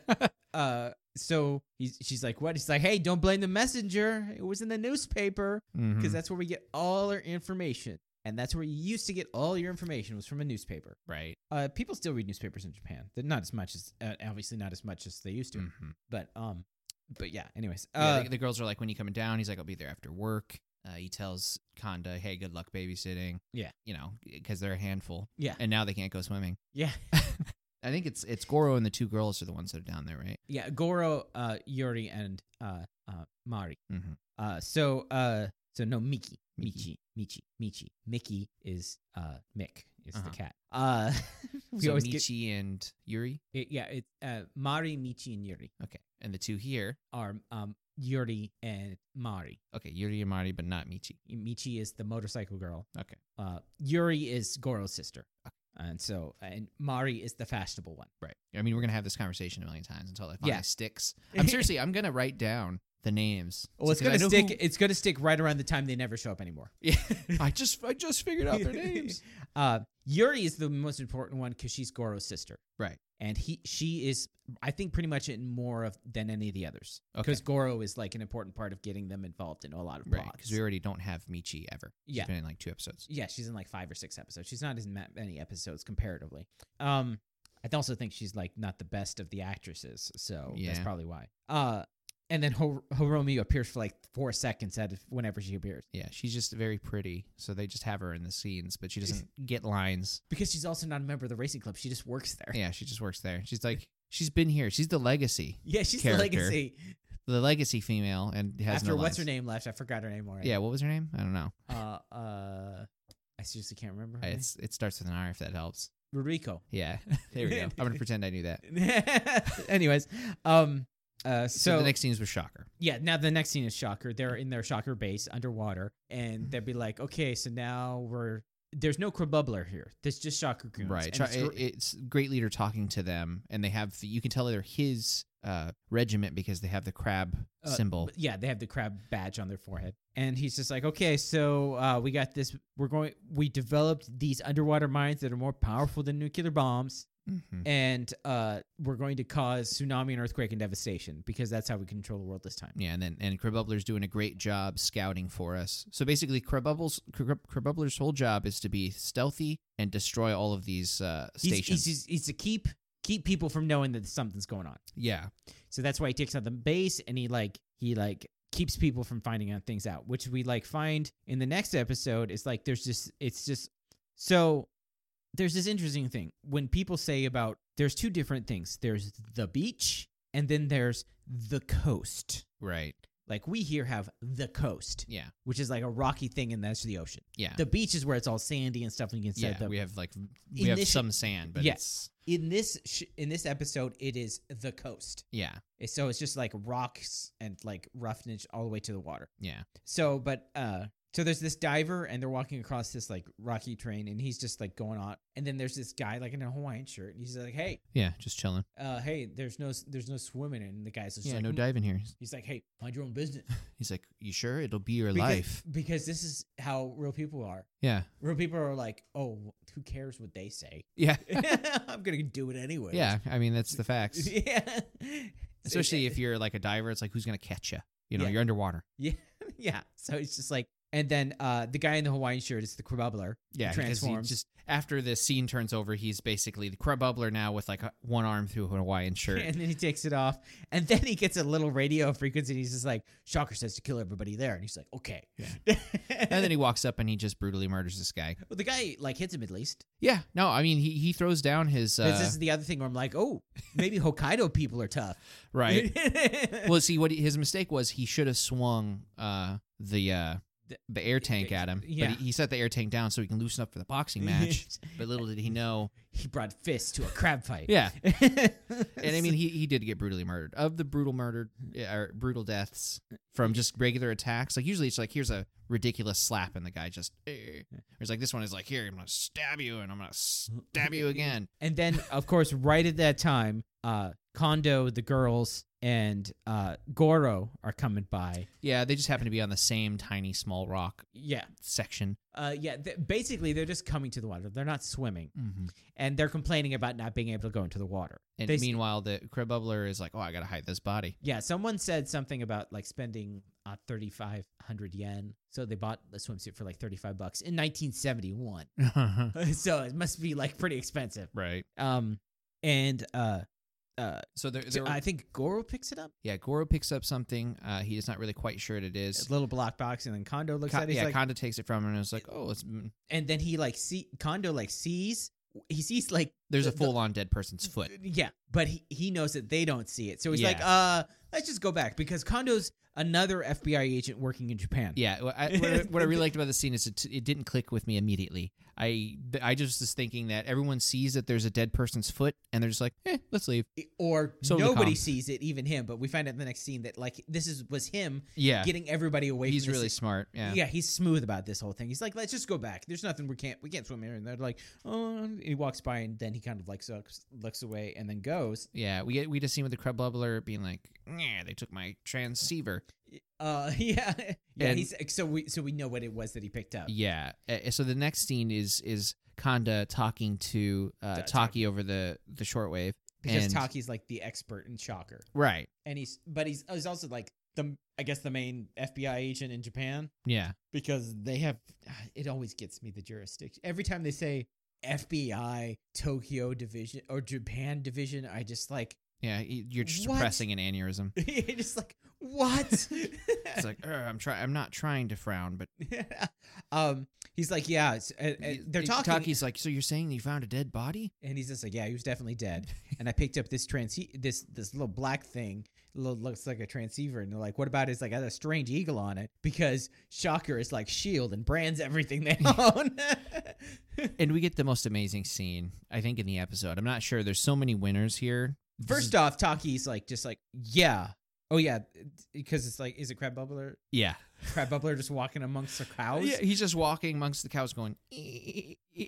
uh so he's she's like, What? He's like, Hey, don't blame the messenger. It was in the newspaper.
Mhm.
because that's where we get all our information. And that's where you used to get all your information was from a newspaper.
right.
Uh, people still read newspapers in Japan. They're not as much as uh, obviously not as much as they used to.
Mhm.
But um, but yeah. Anyways,
Yeah,
uh,
the, the girls are like, when you coming down? He's like, I'll be there after work. Uh, he tells Conda, hey, good luck babysitting.
Yeah.
You know, because they're a handful.
yeah,
And now they can't go swimming.
yeah,
I think it's it's Goro and the two girls are the ones that are down there, right?
yeah. Goro, uh, Yuri, and uh, uh, Mari.
Mm-hmm.
Uh, so uh, so no Miki, Michi,
Miki.
Michi, Michi, Mickey is uh Mick is
Uh-huh.
the cat. Uh, we
so
always get
Michi and Yuri.
it, yeah. It's uh, Mari, Michi, and Yuri
Okay. And the two here.
are um Yuri and Mari.
Okay, Yuri and Mari, but not Michi.
Michi is the motorcycle girl.
Okay.
Uh, Yuri is Goro's sister. And so, and Mari is the fashionable one.
Right. I mean, we're going to have this conversation a million times until it finally
Yeah.
sticks. I'm seriously, I'm going to write down the names.
Well, it's
'Cause I
gonna
know
stick. It's gonna stick right around the time they never show up anymore.
who- I just I just figured out their names.
Uh, Yuri is the most important one because she's Goro's sister,
Right.
And he, she is, I think, pretty much in more of than any of the others
Okay.
because Goro is like an important part of getting them involved in a lot of
Right,
plots.
because we already don't have Michi ever. She's
Yeah.
been in like two episodes.
yeah, she's in like five or six episodes. She's not in ma- many episodes comparatively. Um, I also think she's like not the best of the actresses, so that's
Yeah.
probably why. Uh, and then Hor- Hiromi appears for like four seconds out of whenever she appears
Yeah, she's just very pretty, so they just have her in the scenes, but she doesn't get lines.
because she's also not a member of the racing club. She just works there. Yeah,
Yeah, she just works there. She's like she's been here. She's the legacy,
she's
Character.
the legacy.
the legacy female, and has
After
no
what's her
lines.
name left, I forgot her name already.
Yeah, what was her name? I don't know.
Uh, uh, I seriously can't remember. Her
It's it starts with an R if that helps.
name. Ruriko.
Yeah, there we go. I'm gonna pretend I knew that.
Anyways, um, uh,
So, the next scenes were shocker.
yeah now the next scene is shocker they're in their shocker base underwater
Mm-hmm.
and they'd be like okay so now we're there's no Krabubbler here there's just shocker goons
Right,
and
Try-
it's
it-
gr-
it's great leader talking to them, and they have the, you can tell they're his uh, regiment because they have the crab
Uh,
symbol.
but yeah they have the crab badge on their forehead and he's just like okay so uh, we got this we're going we developed these underwater mines that are more powerful than nuclear bombs
hmm
and uh, we're going to cause tsunami and earthquake and devastation because that's how we control the world this time
Yeah, and then and Crabubbler's doing a great job scouting for us. So basically, Crabubbler's Crabubbler's whole job is to be stealthy and destroy all of these uh,
he's,
stations.
he's, he's, he's to keep keep people from knowing that something's going on
yeah,
So that's why he takes out the base and he like he like keeps people from finding out things out, which we like find in the next episode is like there's just it's just so there's this interesting thing when people say about there's two different things. There's the beach and then there's the coast.
right.
Like we here have the coast,
Yeah,
which is like a rocky thing and that's the ocean.
yeah,
The beach is where it's all sandy and stuff and you can set
yeah.
the
we have like we have
Initi-
some sand, but
Yeah.
it's
in this sh- in this episode it is the coast.
yeah,
It's- So it's just like rocks and like roughness all the way to the water.
yeah.
So, but uh, So there's this diver, and they're walking across this like rocky terrain, and he's just like going on. And then there's this guy like in a Hawaiian shirt, and he's like, "Hey,
Yeah, just chilling.
uh, hey, there's no there's no swimming." in." And the guy's just
yeah,
like,
no
"Mm."
diving here.
He's like, "Hey, mind your own business."
He's like, you sure? It'll be your
Because-
life.
because this is how real people are.
Yeah,
Real people are like, "Oh, who cares what they say?
yeah,
I'm gonna do it anyway."
yeah. I mean, that's the facts.
yeah.
Especially if you're like a diver, it's like who's gonna catch you? You know,
Yeah.
you're underwater.
yeah. So it's just like, and then uh, the guy in the Hawaiian shirt is the Krabubbler.
Yeah,
He
because he
transforms.
just after the scene turns over, he's basically the bubbler now with like a- one arm through a Hawaiian shirt.
And then he takes it off, and then he gets a little radio frequency. And he's just like, "Shocker says to kill everybody there," and he's like, "Okay."
and then he walks up and he just brutally murders this guy.
well, the guy like hits him at least.
Yeah, no, I mean he he throws down his uh,
this is the other thing where I'm like, "Oh, maybe Hokkaido people are tough."
right. well, see what he, his mistake was. He should have swung uh, the uh,
The-
the air tank at him,
yeah.
but he, he set the air tank down so he can loosen up for the boxing match. but little did he know.
he brought fists to a crab fight.
Yeah, and
and
I mean he he did get brutally murdered. Of the brutal murdered yeah, or brutal deaths from just regular attacks, like usually it's like here's a ridiculous slap and the guy just. Eh. Whereas like this one is like here I'm gonna stab you and I'm gonna stab you again.
And then, of course, right at that time, uh, Kondo, the girls, and uh, Goro are coming by.
Yeah, they just happen to be on the same tiny small rock
Yeah.
section.
Uh, yeah. Th- basically, they're just coming to the water. They're not swimming.
Mm-hmm.
And they're complaining about not being able to go into the water.
And
They s-
meanwhile, the crab bubbler is like, oh, I gotta hide this body.
Yeah. Someone said something about like spending uh, 3,500 yen. So they bought a swimsuit for like 35 bucks in 1971. so it must be like pretty expensive.
right.
Um, and uh, uh,
So there,
so
there
I think Goro picks it up.
yeah, Goro picks up something. Uh, he is not really quite sure what it is.
A little block box, and then Kondo looks
Ka-
at it. He's
yeah,
like,
Kanda takes it from him and is like, oh, it's mm,
and then he like see Kondo like sees he sees like
there's a
The- the-
full on dead person's foot.
yeah, but he, he knows that they don't see it, so he's like,
Yeah.
uh, let's just go back because Kondo's another FBI agent working in Japan.
Yeah, wha- I, what, I, what I really liked about the scene is it, it didn't click with me immediately. I th- I just was thinking that everyone sees that there's a dead person's foot and they're just like, eh, let's leave.
or
So the
nobody
com-
sees it, even him. But we find out in the next scene that like this is was him
Yeah,
getting everybody away.
he's
from this-
really smart. Yeah.
Yeah, he's smooth about this whole thing. He's like, let's just go back. There's nothing we can't we can't swim here. And they're like, oh, and he walks by and then he kind of like sucks, looks away and then goes.
Yeah, we get we just seen with the crab bubbler being like, yeah, they took my transceiver.
Uh, yeah, yeah.
And-
he's so we so we know what it was that he picked up.
Yeah. Uh, so the next scene is is Kanda talking to uh,
Ta-
Taki over the the shortwave.
because
and-
Taki's like the expert in Shocker,
Right.
and he's but he's he's also like the I guess the main FBI agent in Japan
Yeah.
because they have it always gets me the jurisdiction every time they say FBI Tokyo division or Japan division I just like
Yeah. y- You're just
What?
suppressing an aneurysm.
just like what
It's like, "Ugh, I'm try. I'm not trying to frown, but
um he's like yeah it's, uh, uh,
y-
they're
y-
talking
Taki's like, so you're saying you found a dead body?
and he's just like, yeah, he was definitely dead. And I picked up this trans this this little black thing, little, looks like a transceiver. And they're like, what about it? It's like it had a strange eagle on it because Shocker is like Shield E and brands everything they own.
And we get the most amazing scene I think in the episode. I'm not sure. There's so many winners here. This is-
First off, Taki's like just like yeah. Oh yeah, because it's like, is it crab bubbler?
yeah,
Crab bubbler just walking amongst the cows.
yeah, he's just walking amongst the cows, going.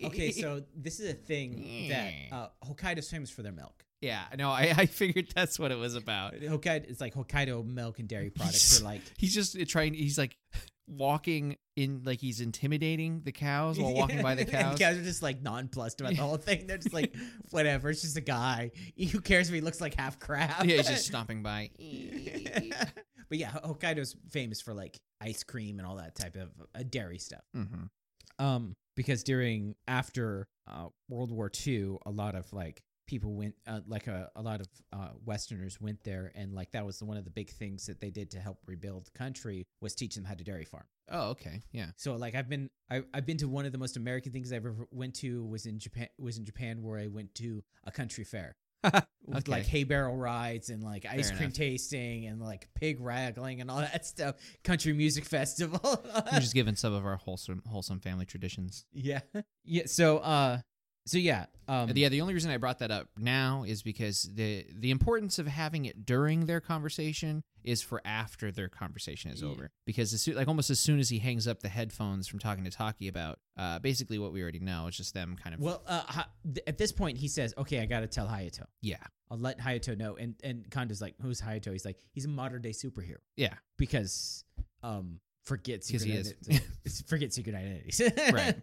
Okay, so this is a thing that uh, Hokkaido's famous for their milk.
yeah, no, I, I figured that's what it was about.
Hokkaido, it's like Hokkaido milk and dairy products are like
He's just trying. He's like walking in, like he's intimidating the cows while walking by the
And
cows.
guys are just like nonplussed about the whole thing. They're just like, whatever. It's just a guy. Who cares if he looks like half crab?
Yeah, he's just stomping by. Mm-hmm.
but yeah, Hokkaido's famous for like ice cream and all that type of uh, dairy stuff.
hmm
Um, because during after uh, World War II, a lot of like people went, uh, like a, a lot of uh, Westerners went there, and like that was one of the big things that they did to help rebuild the country was teach them how to dairy farm.
Oh, okay, yeah.
So like I've been I, I've been to one of the most American things I've ever went to was in Japan was in Japan where I went to a country fair. With
Okay.
like hay barrel rides and like ice
Fair
cream
enough.
tasting and like pig wrangling and all that stuff. Country music festival.
We're just giving some of our wholesome, wholesome family traditions.
yeah. Yeah. So uh So yeah, um,
yeah, the only reason I brought that up now is because the the importance of having it during their conversation is for after their conversation is
Yeah.
over. Because as soon, like almost as soon as he hangs up the headphones from talking to Taki about uh, basically what we already know, it's just them kind of
Well, uh, Ha- th- at this point, he says, "Okay, I got to tell Hayato.
yeah
I'll let Hayato know." And and Kanda's like, "Who's Hayato?" He's like, "He's a modern day superhero."
Yeah.
because um, forget
Because
secret
he is.
identi- it's- forget secret identities,
Right.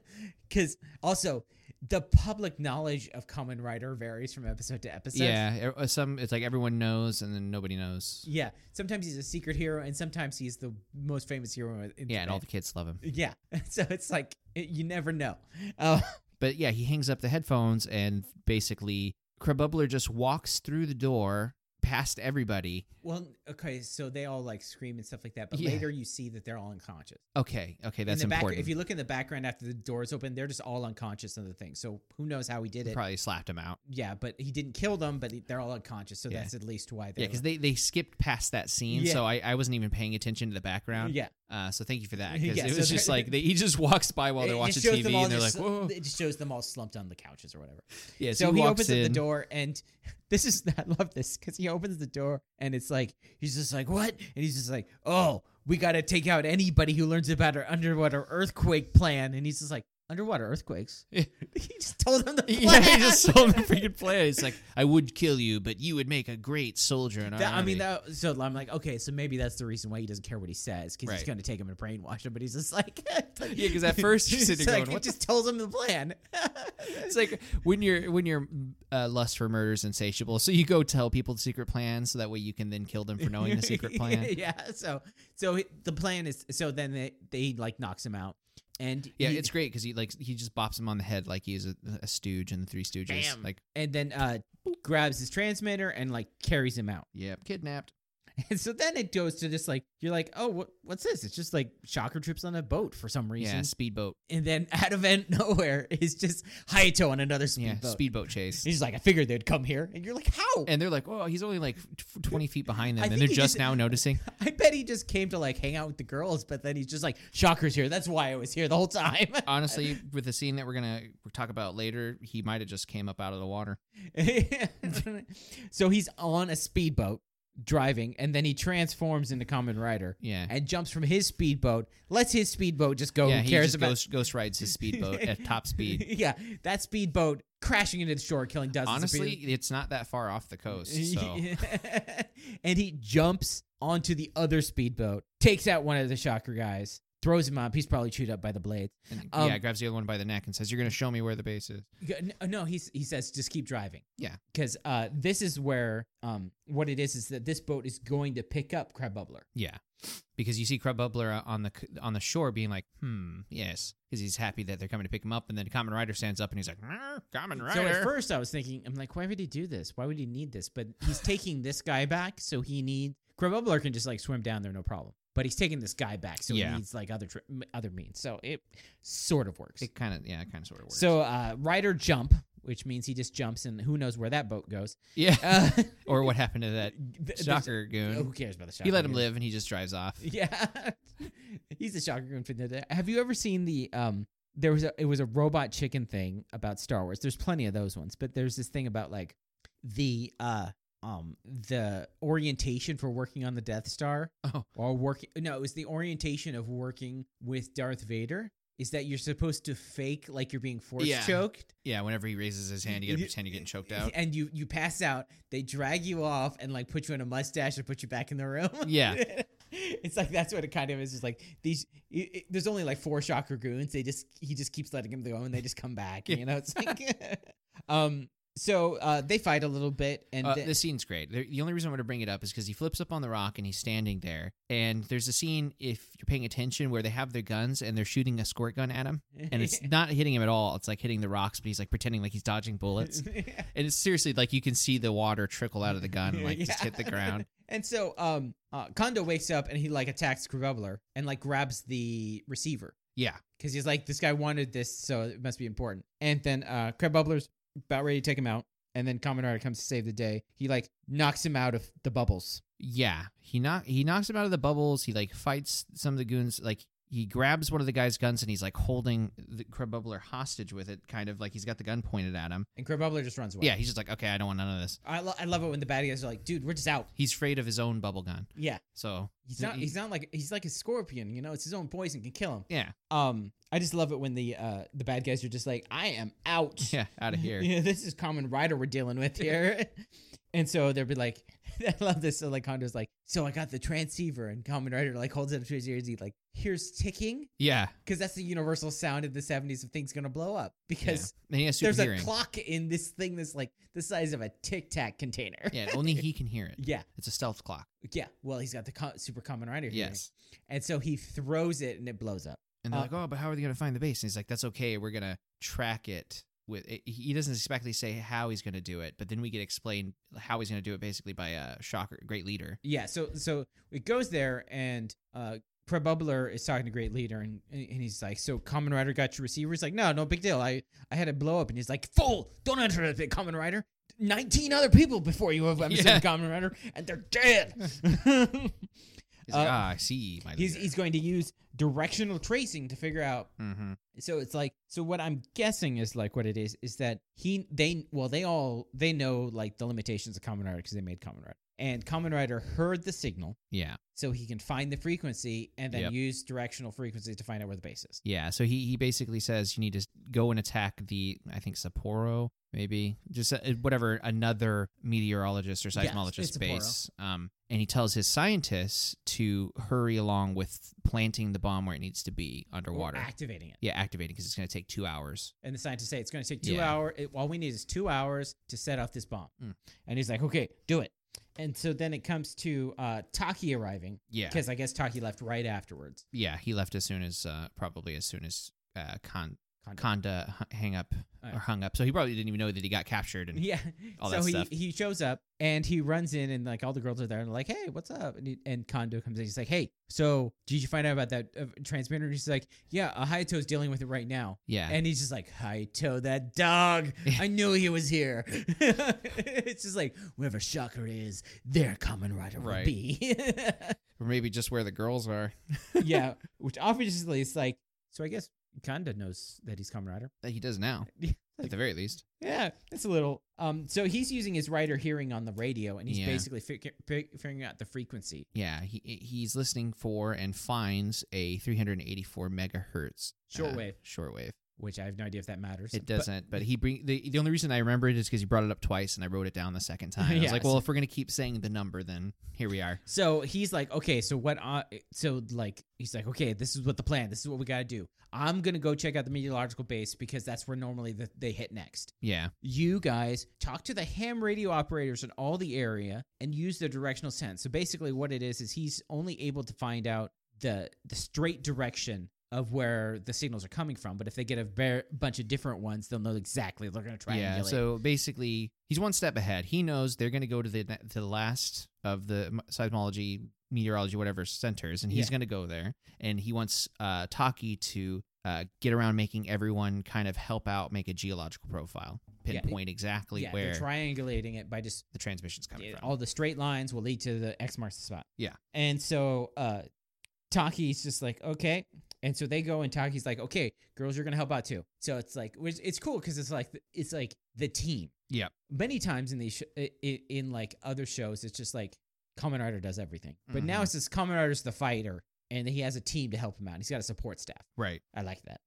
Because also the public knowledge of Common Rider varies from episode to episode.
yeah e- uh, some it's like everyone knows and then nobody knows
Yeah. Sometimes he's a secret hero, and sometimes he's the most famous hero. In
yeah and
Japan.
all the kids love him.
yeah. So it's like it, you never know. Uh,
But yeah, he hangs up the headphones and basically Krabubbler just walks through the door past everybody.
Well, okay, so they all like scream and stuff like that, but
Yeah.
later you see that they're all unconscious.
Okay, okay, that's
in the
important.
Back, if you look in the background after the doors open, they're just all unconscious on the thing. So who knows how he did it?
probably slapped him out.
yeah, but he didn't kill them, but he- they're all unconscious, so
Yeah.
that's at least why
Yeah,
they're
because they, they skipped past that scene,
Yeah.
so I, I wasn't even paying attention to the background.
yeah.
Uh, so thank you for that. Because
Yeah,
it
so
was
they're-
just like they, he just walks by while they're
It- it
watching
shows
TV
them all
and they're like,
just-
whoa.
It just shows them all slumped on the couches or whatever.
Yeah, so,
So he,
walks
opens
in.
up the door, and this is I love this because he opens the door, and it's like he's just like what, and he's just like, oh, we got to take out anybody who learns about our underwater earthquake plan, and he's just like underwater earthquakes.
Yeah.
he just told him the plan.
yeah, he just sold the freaking plan. It's like I would kill you, but you would make a great soldier. In our
That- I mean,
army."
that, so I'm like, okay, so maybe that's the reason why he doesn't care what he says because
Right.
he's going to take him and brainwash him. But he's just like, yeah,
'cause at first you're sitting going,
like,
what
it just tells him the plan.
it's like when you're when your uh, lust for murder is insatiable, so you go tell people the secret plan, so that way you can then kill them for knowing the secret plan.
yeah. So so he- the plan is so then they, they like knocks him out and
Yeah,
he-
it's great because he like he just bops him on the head like he's a, a stooge in the Three Stooges.
Bam.
Like,
and then uh grabs his transmitter and like carries him out.
yeah, kidnapped.
And so then it goes to just like you're like, oh, what what's this? It's just like shocker trips on a boat for some reason.
Yeah, speedboat.
And then out of end nowhere is just Hayato on another
Yeah,
speedboat.
speedboat chase.
He's like, I figured they'd come here, and you're like, how?
And they're like, oh, he's only like f- 20 feet behind them.
I
And
think
they're
he
just
just-
now noticing.
I bet he just came to like hang out with the girls, but then he's just like, shocker's here. That's why I was here the whole time.
Honestly, with the scene that we're going to talk about later, he might have just came up out of the water.
so he's on a speedboat driving, and then he transforms into Common Rider
Yeah.
and jumps from his speedboat, lets his speedboat just go.
yeah,
who
he
cares
just
about?
ghost, ghost rides his speedboat at top speed.
yeah, that speedboat crashing into the shore, killing dozens. of
Honestly,
people.
it's not that far off the coast. So.
and he jumps onto the other speedboat, takes out one of the shocker guys, throws him up. He's probably chewed up by the blades.
And,
Um,
yeah, grabs the other one by the neck and says, "You're going to show me where the base is."
Yeah, n- uh, No, he's, he says just keep driving.
Yeah.
Because uh, this is where um, what it is is that this boat is going to pick up Crab Bubbler.
Yeah, because you see Crab Bubbler uh, on the c- on the shore being like, "Hmm, yes," because he's happy that they're coming to pick him up. And then Common Rider stands up and he's like, "Nah, "Common
So
Rider."
at first I was thinking, I'm like, why would he do this? Why would he need this? But he's taking this guy back, so he needs Crab Bubbler can just like swim down there, no problem. But he's taking this guy back, so
Yeah.
he needs like other tri- m- other means. So it sort of works.
it kind of yeah, kind of sort of works.
So uh, Ryder jump, which means he just jumps, and who knows where that boat goes.
yeah,
Uh,
or what happened to that
th- there's-
shocker
Who
goon?
cares about the shocker?
He let him
goon?
live, and he just drives off.
Yeah, he's a shocker goon for the day. Have you ever seen the um? There was a it was a robot chicken thing about Star Wars. There's plenty of those ones, but there's this thing about like the uh um the orientation for working on the Death Star
Oh.
or working no, it was the orientation of working with Darth Vader. Is that you're supposed to fake like you're being force
Yeah.
choked?
Yeah, whenever he raises his hand, you got to
You-
pretend you're getting choked out.
and you you pass out they drag you off and like put you in a mustache and put you back in the room
Yeah.
it's like that's what it kind of is it's like these i i- there's only like four shocker goons they just he just keeps letting them go and they just come back you know it's like um so uh they fight a little bit and
Uh,
then-
this scene's great. The the only reason I want to bring it up is because he flips up on the rock and he's standing there. And there's a scene, if you're paying attention, where they have their guns and they're shooting a squirt gun at him. And it's not hitting him at all. It's like hitting the rocks, but he's like pretending like he's dodging bullets. And it's seriously like you can see the water trickle out of the gun and like just hit the
Yeah.
ground.
and so um uh, kondo wakes up and he like attacks Grubbler and like grabs the receiver
Yeah.
because he's like, this guy wanted this, so it must be important. And then uh, Crab Bubbler's about ready to take him out, and then Common Rider comes to save the day. He like knocks him out of the bubbles.
Yeah. He knock he knocks him out of the bubbles. He like fights some of the goons. Like he grabs one of the guy's guns and he's like holding the Krabubbler hostage with it, kind of like he's got the gun pointed at him.
And Krabubbler just runs away.
Yeah, he's just like, okay, I don't want none of this.
I, lo- I love it when the bad guys are like, dude, we're just out.
He's afraid of his own bubble gun.
Yeah.
So
He's not.
he-
He's not like. He's like a scorpion. You know, it's his own poison can kill him.
yeah,
Um, I just love it when the uh the bad guys are just like, I am out.
yeah, out of here.
Yeah, this is common rider we're dealing with here. and so they'll be like, I love this. So like Honda's like, so I got the transceiver, and common rider like holds it up to his ears. He like here's ticking
Yeah,
because that's the universal sound in the '70s of things gonna blow up because
and he has super
there's
hearing.
a clock in this thing that's like the size of a Tic Tac container.
yeah, only he can hear it.
yeah,
It's a stealth clock.
yeah. Well, he's got the co- super common rider. hearing.
Yes.
and so he throws it and it blows up.
And they're
Uh,
like, oh, but how are they going to find the base? And he's like, that's okay. We're going to track it with. It. He doesn't exactly say how he's going to do it, but then we get explained how he's going to do it basically by a shocker, great leader.
Yeah, so so it goes there, and uh, Prebubbler is talking to Great Leader, and and he's like, "So Common Rider got your receiver?" He's like, "No, no big deal. I I had a blow up," and he's like, "Fool! Don't enter the Common Rider. Nineteen other people before you have ever
Yeah.
seen Common Rider, and they're dead."
He's like,
Uh,
ah, I see, my
he's
leader.
he's going to use directional tracing to figure out
mm-hmm.
so it's like so what i'm guessing is like what it is is that he they well they all they know like the limitations of common rider because they made common rider and common rider heard the signal
Yeah,
so he can find the frequency and then
Yep.
use directional frequency to find out where the base is
yeah. So he he basically says you need to s- go and attack the I think Sapporo maybe just uh, whatever another meteorologist or
Yes,
seismologist
it's Sapporo.
base. Um, and he tells his scientists to hurry along with planting the bomb where it needs to be
Or
underwater.
activating it
yeah, activating because it's going to take two hours.
and the scientists say it's going to take two
Yeah.
hour. hours all we need is two hours to set off this bomb
Mm.
and he's like okay do it and so then it comes to uh, taki arriving
Yeah,
because i guess taki left right afterwards
yeah. He left as soon as uh, probably as soon as uh, Con
Conda.
Conda hu- hang up
Oh, yeah.
or hung up. So he probably didn't even know that he got captured. And
Yeah.
all
so
that
he,
stuff.
he shows up and he runs in and like all the girls are there and like, hey, what's up? And, he, and Kondo comes in. He's like, hey, so did you find out about that uh, transmitter? And she's like, yeah, uh, Hayato's dealing with it right now.
yeah,
And he's just like, Hayato, that dog. I knew he was here. it's just like, wherever Shocker is, their common rider
Right.
will be.
or maybe just where the girls are.
yeah. Which obviously is like, so I guess Kondo knows that he's common rider.
That he does now, at the very least.
Yeah, it's a little. Um, so he's using his rider hearing on the radio, and he's
Yeah.
basically fig- fig- figuring out the frequency.
Yeah, he he's listening for and finds a 384 megahertz uh,
Shortwave.
shortwave.
Which I have no idea if that matters.
It
but-
doesn't, but, he bring the the only reason I remember it is because he brought it up twice, and I wrote it down the second time. I was like,
Yes.
well, if we're gonna keep saying the number, then here we are.
so he's like, okay, so what? Uh, so like, he's like, okay, this is what the plan. This is what we got to do. I'm gonna go check out the meteorological base because that's where normally the, they hit next.
Yeah,
You guys talk to the ham radio operators in all the area and use the directional sense. So basically, what it is is he's only able to find out the the straight direction of where the signals are coming from. But if they get a bare, bunch of different ones, they'll know exactly. They're going to triangulate.
yeah. So basically, he's one step ahead. He knows they're gonna go to the to the last of the m- seismology, meteorology, whatever centers, and he's
Yeah.
gonna go there, and he wants uh, Taki to. Uh, get around making everyone kind of help out make a geological profile
Yeah, it-
pinpoint exactly
yeah,
where
they're triangulating it by just
the transmission's coming
Yeah,
from.
all the straight lines will lead to the X marks the spot.
Yeah.
And so uh Taki's just like, okay. And so they go and Taki's like, okay, girls, you're gonna help out too. So it's like, which it's cool because it's like it's like the team.
Yep.
Many times in these sh- i- i- in like other shows, it's just like Kamen Rider does everything, but now
Mhm.
it's just Kamen Rider's the fighter, and he has a team to help him out. He's got a support staff.
right.
I like that.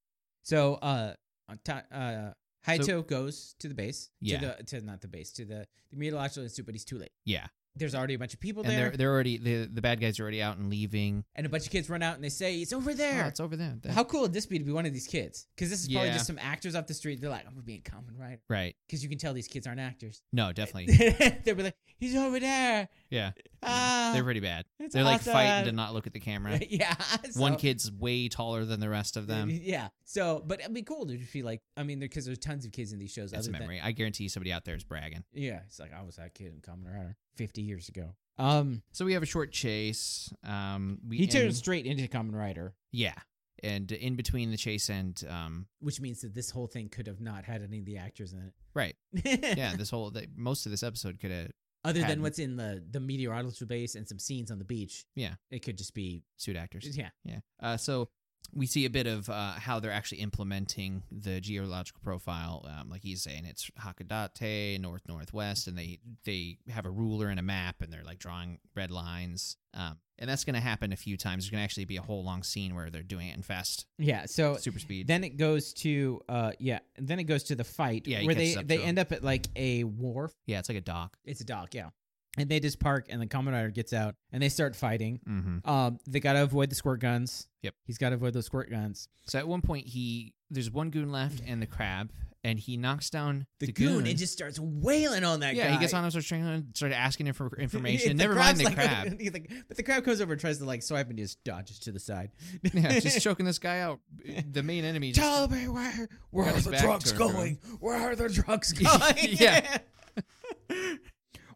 So uh, on ta- uh, Haito
So-
goes to the base.
Yeah.
To, the, to not the base to the the meteorological institute, but he's too late.
Yeah.
There's already a bunch of people
and
there,
they're they're already the the bad guys are already out and leaving.
and a bunch of kids run out and they say it's over
Oh,
there.
it's over there. That-
How cool would this be to be one of these kids? Because this is probably
Yeah.
just some actors off the street. They're like, I'm gonna be a common writer
right.
because you can tell these kids aren't actors.
No, definitely.
they'll be like, he's over there.
yeah.
Ah,
they're pretty bad.
it's
They're like fighting to
awesome."
not look at the camera.
yeah,
One
so-
kid's way taller than the rest of them.
Yeah. So, but it'd be cool to just be like, I mean, because there's tons of kids in these shows.
That's a
other than
memory. I guarantee somebody out there is bragging.
Yeah, it's like I was that kid in Kamen Rider 50 years ago. Um,
So we have a short chase. Um, we
he
and-
turns straight into Kamen Rider,
Yeah, and in between the chase and um,
which means that this whole thing could have not had any of the actors in
right.
it.
Yeah, this whole the, most of this episode could have
Other than
hadn't.
what's in the the meteorological base and some scenes on the beach.
Yeah.
It could just be
suit actors.
yeah.
Yeah. Uh, so we see a bit of uh, how they're actually implementing the geological profile. Um, like he's saying, it's Hakodate, north northwest, and they they have a ruler and a map, and they're like drawing red lines. Um, and that's going to happen a few times. There's going to actually be a whole long scene where they're doing it in fast
Yeah, so
super speed.
Oh, then it goes to uh yeah, then it goes to the fight
Yeah, he
where they
catches up
they
to him.
end up at like a wharf.
yeah, it's like a dock.
It's a dock, yeah. And they just park and the Kamen Rider gets out and they start fighting.
Mm-hmm.
Um they got to avoid the squirt guns.
Yep.
He's got to avoid those squirt guns.
So at one point, he there's one goon left and the crab, and he knocks down the,
it just starts wailing on that
yeah,
guy.
he gets on him, starts trying to start asking him for information.
The
Never mind
crab's
the
like-
crab.
he's like- but the crab comes over and tries to like swipe and he just dodges to the side.
yeah, just choking this guy out. The main enemy. Just,
Tell me where where
Got
are
his
the
back
drugs
turned around.
going? Where are the drugs going?
Yeah.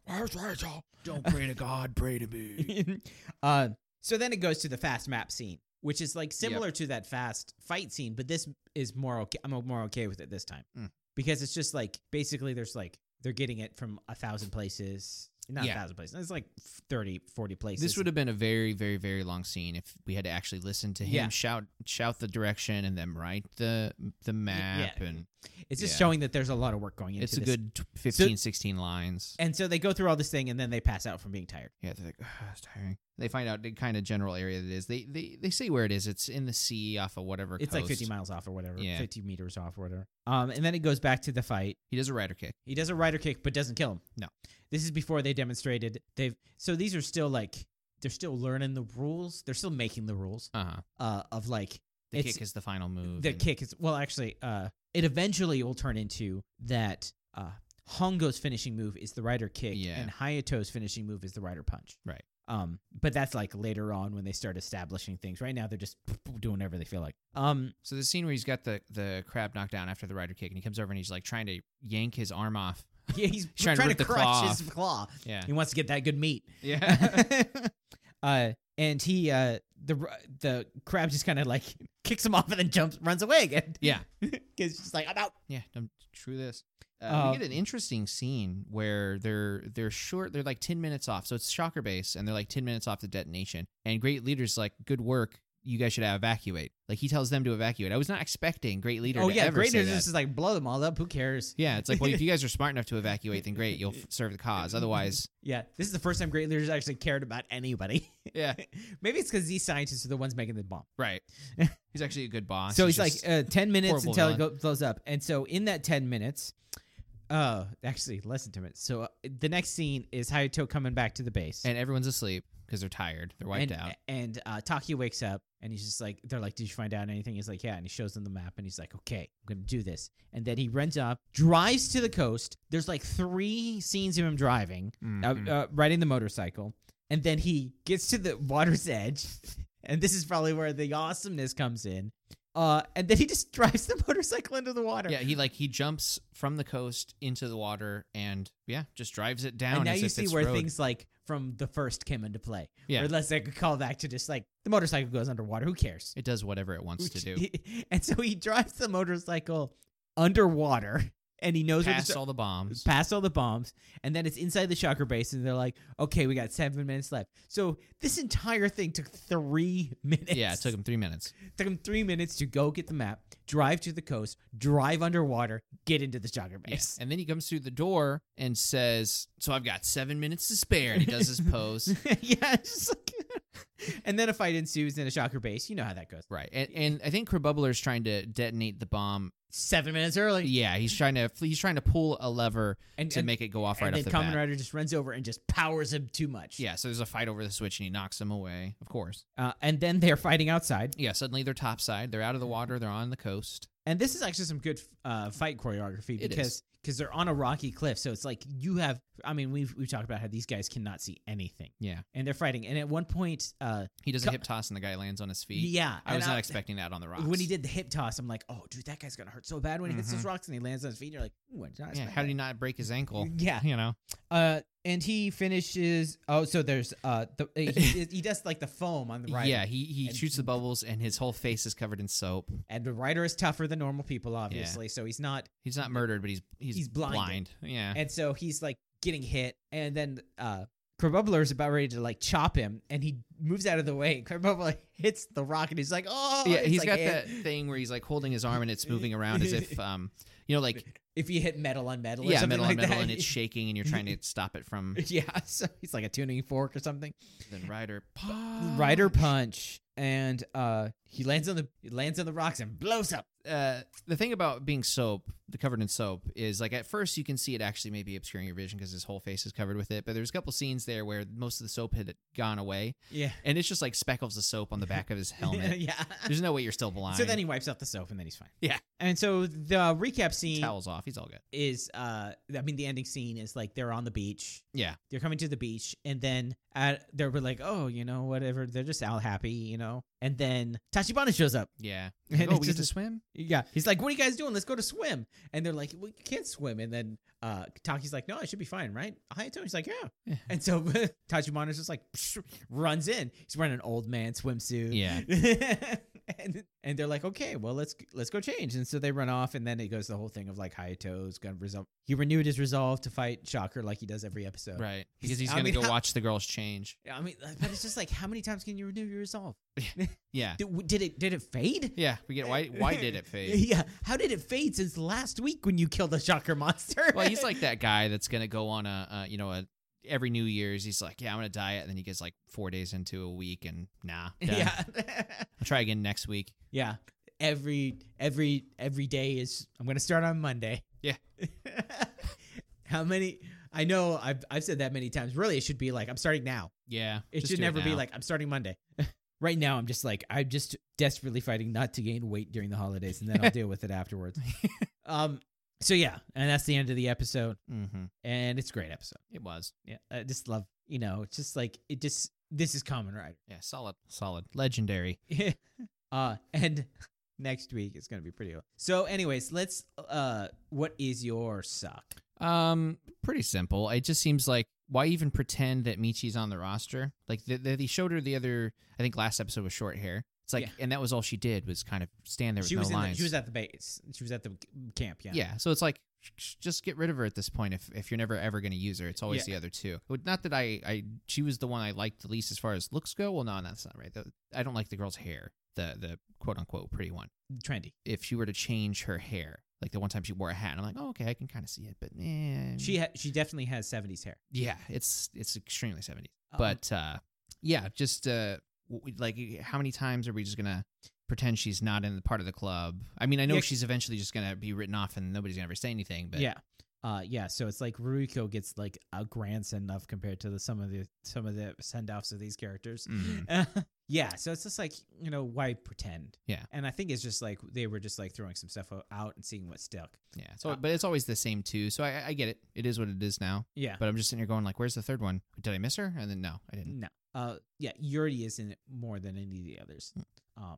Where's Rachel?
Don't pray to God, pray to me.
uh, so then it goes to the fast map scene, which is like similar to that fast fight scene, but this is more okay. I'm more okay with it this time
Mm.
because it's just like basically there's like they're getting it from a thousand places. Not
Yeah.
a thousand places. It's like 30, 40 places.
This would have been a very, very, very long scene if we had to actually listen to him
Yeah.
shout, shout the direction, and then write the the map.
yeah.
And
It's just
yeah.
showing that there's a lot of work going into
it's a
this.
good t- 15, 16 lines.
And so they go through all this thing and then they pass out from being tired.
Yeah, they're like, oh, it's tiring. They find out the kind of general area that it is. They they they say where it is. It's in the sea off of whatever.
It's like 50
coast.
miles off or whatever,
Yeah.
50 meters off or whatever. Um, and then it goes back to the fight.
He does a rider kick.
He does a rider kick, but doesn't kill him.
No.
This is before they demonstrated they've. So these are still like they're still learning the rules. They're still making the rules
Uh huh.
uh, of like
The
It's-
kick is the final move.
the
and-
kick is well actually uh, it eventually will turn into that uh, Hongo's finishing move is the rider kick
Yeah.
and Hayato's finishing move is the rider punch.
Right.
Um, but that's like later on when they start establishing things. Right now they're just doing whatever they feel like. Um,
So the scene where he's got the the crab knocked down after the rider kick, and he comes over and he's like trying to yank his arm off.
yeah, he's trying,
trying to
to,
rip the
crush
claw
his claw.
Yeah.
He wants to get that good meat.
Yeah.
uh, and he uh, the r- the crab just kind of like kicks him off and then jumps runs away again.
yeah.
He's just like I'm out.
Yeah, um, true this. Uh,
Uh,
we get an interesting scene where they're they're short. They're like ten minutes off. So it's shocker base, and they're like ten minutes off the detonation. And great leaders like good work. You guys should evacuate. Like he tells them to evacuate. I was not expecting great leader.
oh
to
yeah,
ever
great
say
news
that.
is just like blow them all up. Who cares?
Yeah, it's like well, if you guys are smart enough to evacuate, then great, you'll f- serve the cause. Otherwise,
Yeah, this is the first time great leaders actually cared about anybody.
yeah,
Maybe it's because these scientists are the ones making the bomb.
right. He's actually a good boss.
so he's like
just-
uh, 10 minutes
horrible
until it go- blows up and so in that 10 minutes uh actually less than 10 minutes so uh, the next scene is hayato coming back to the base
and everyone's asleep because they're tired. They're wiped
and,
out.
and uh, taki wakes up and he's just like they're like did you find out anything he's like yeah and he shows them the map and he's like okay i'm gonna do this and then he runs up drives to the coast there's like three scenes of him driving
Mhm.
uh, uh, riding the motorcycle, and then he gets to the water's edge, and this is probably where the awesomeness comes in. Uh, and then he just drives the motorcycle into the water.
Yeah, he like he jumps from the coast into the water and yeah, just drives it down.
and now
as
you
if
see
it's
where
road.
things like from the first came into play.
Yeah.
or unless they could call back to just like the motorcycle goes underwater. Who cares?
It does whatever it wants to do.
and so he drives the motorcycle underwater, and he knows where to
Past
start-
all the bombs.
past all the bombs, and then it's inside the shocker base, and they're like, "Okay, we got seven minutes left." So this entire thing took three minutes.
Yeah, it took him three minutes.
took him three minutes to go get the map, drive to the coast, drive underwater, get into the shocker
Yeah.
base.
And then he comes through the door and says, "So I've got seven minutes to spare." And he does his pose.
Yeah, it's just like, and then a fight ensues in a shocker base. You know how that goes.
Right, and, and I think Krabubbler is trying to detonate the bomb.
Seven minutes early,
Yeah, he's trying to he's trying to pull a lever
and,
to
and,
make it go off right
and
off
then
the
Kamen
bat.
Rider just runs over and just powers him too much.
Yeah, so there's a fight over the switch and he knocks him away. Of course.
uh, and then they're fighting outside.
Yeah, suddenly they're topside. They're out of the water. They're on the coast.
And this is actually some good uh, fight choreography
It
because because they're on a rocky cliff, so it's like you have. I mean, we've we've talked about how these guys cannot see anything,
Yeah.
and they're fighting. And at one point, uh,
He does
Co-
a hip toss and the guy lands on his feet.
yeah,
I was
and
not expecting that on the rocks.
When he did the hip toss, I'm like, oh, dude, that guy's gonna hurt so bad when he hits those
Mhm.
rocks and he lands on his feet. And you're like, ooh, I did not
yeah,
expect
how did he
that."
not break his ankle?
Yeah.
You know,
Uh, and he finishes. Oh, so there's uh the he, he does like the foam on the rider.
yeah, he he
And-
shoots the bubbles and his whole face is covered in soap.
and the rider is tougher than normal people, obviously. So he's not
He's not murdered, but he's he's,
He's blinded.
blind. Yeah,
and so he's like getting hit and then uh Krabubbler is about ready to like chop him, and he moves out of the way. Krabubbler hits the rock, and he's like, "Oh,
yeah,
It's
he's
like
got
hit-
that thing where he's like holding his arm and it's moving around as if, um, you know, like
If you hit metal on metal, or
yeah,
something
metal on
like
metal
that.
and it's shaking and you're trying to stop it from
yeah, so he's like a tuning fork or something.
then rider. Oh,
Rider punch, and uh, he lands on the he lands on the rocks and blows up.
Uh, the thing about being soap, the covered in soap, is like at first you can see it actually maybe obscuring your vision because his whole face is covered with it. But there's a couple scenes there where most of the soap had gone away,
Yeah,
and it's just like speckles of soap on the back of his helmet.
yeah.
There's no way you're still blind.
So then he wipes out the soap, and then he's fine.
Yeah.
and so the recap scene
towels off. He's all good.
is uh I mean the ending scene is like they're on the beach.
Yeah.
They're coming to the beach and then at, they're like, "Oh, you know, whatever. They're just all happy, you know." And then Tachibana shows up.
Yeah.
And
oh,
it's
we
just
get to
a-
swim.
Yeah. He's like, "What are you guys doing? Let's go to swim." And they're like, "Well, you can't swim." And then uh Taki's like, "No, I should be fine, right?" Hayato's like, "Yeah."
Yeah.
And so Tachibana's just like runs in. He's wearing an old man swimsuit.
Yeah.
and, and they're like, okay, well let's let's go change. And so they run off, and then it goes the whole thing of like Hayato's gonna resolve. He renewed his resolve to fight Shocker like he does every episode.
Right.
He's-
Because he's
I
gonna
mean,
go
how-
watch the girls change.
I mean, but it's just like how many times can you renew your resolve?
Yeah.
Did, did it did it fade?
Yeah. We get why why did it fade?
Yeah, how did it fade since last week when you killed the Shocker monster?
Well, he's like that guy that's gonna go on a, a you know a every New Year's he's like yeah I'm gonna diet and then he gets like four days into a week and nah done. yeah
yeah,
I'll try again next week.
yeah. Every every every day is. I'm gonna start on Monday.
Yeah.
how many? I know I've I've said that many times. Really, it should be like I'm starting now.
Yeah,
It
just
should
do
never be
now.
like I'm starting Monday. right now, I'm just like I'm just desperately fighting not to gain weight during the holidays, and then I'll deal with it afterwards. um. So yeah, and that's the end of the episode,
Mhm.
and it's a great episode.
it was
Yeah, I just love you know, it's just like it just this is Common Rider.
yeah solid solid legendary
uh, and next week it's gonna be pretty. So, anyways, let's. Uh, what is your suck?
um pretty simple it just seems like why even pretend that Michi's on the roster like they, they they showed her the other I think last episode was short hair it's like
Yeah.
and that was all she did was kind of stand there with
she
no
was in the,
lines
she was at the base. She was at the camp. Yeah.
Yeah. So it's like sh- sh- just get rid of her at this point if, if you're never ever going to use her. It's always
Yeah.
the other two. But Not that I, I she was the one I liked the least as far as looks go. Well, no, that's not right. The- I don't like the girl's hair, the the quote unquote pretty one.
Trendy.
If she were to change her hair, like the one time she wore a hat, I'm like, oh, okay, I can kind of see it, but eh.
She ha- she definitely has '70s hair.
yeah, it's it's extremely 70s.
Um,
But uh, yeah, just uh, w- w- like how many times are we just gonna pretend she's not in the part of the club? I mean, I know
Yeah.
she's eventually just gonna be written off and nobody's gonna ever say anything, but
Yeah. Uh, yeah, so it's like Ruiko gets like a grand send off compared to the, some of the some of the send offs of these characters. Uh,
Mhm.
yeah, so it's just like you know why pretend?
Yeah.
and I think it's just like they were just like throwing some stuff o- out and seeing what stuck.
Yeah, so
Uh,
but it's always the same two. So I, I get it. It is what it is now.
Yeah,
But I'm just sitting here going like, "Where's the third one? Did I miss her?" And then no, I didn't.
no, uh, yeah, Yuri is in it more than any of the others.
Hmm.
Um,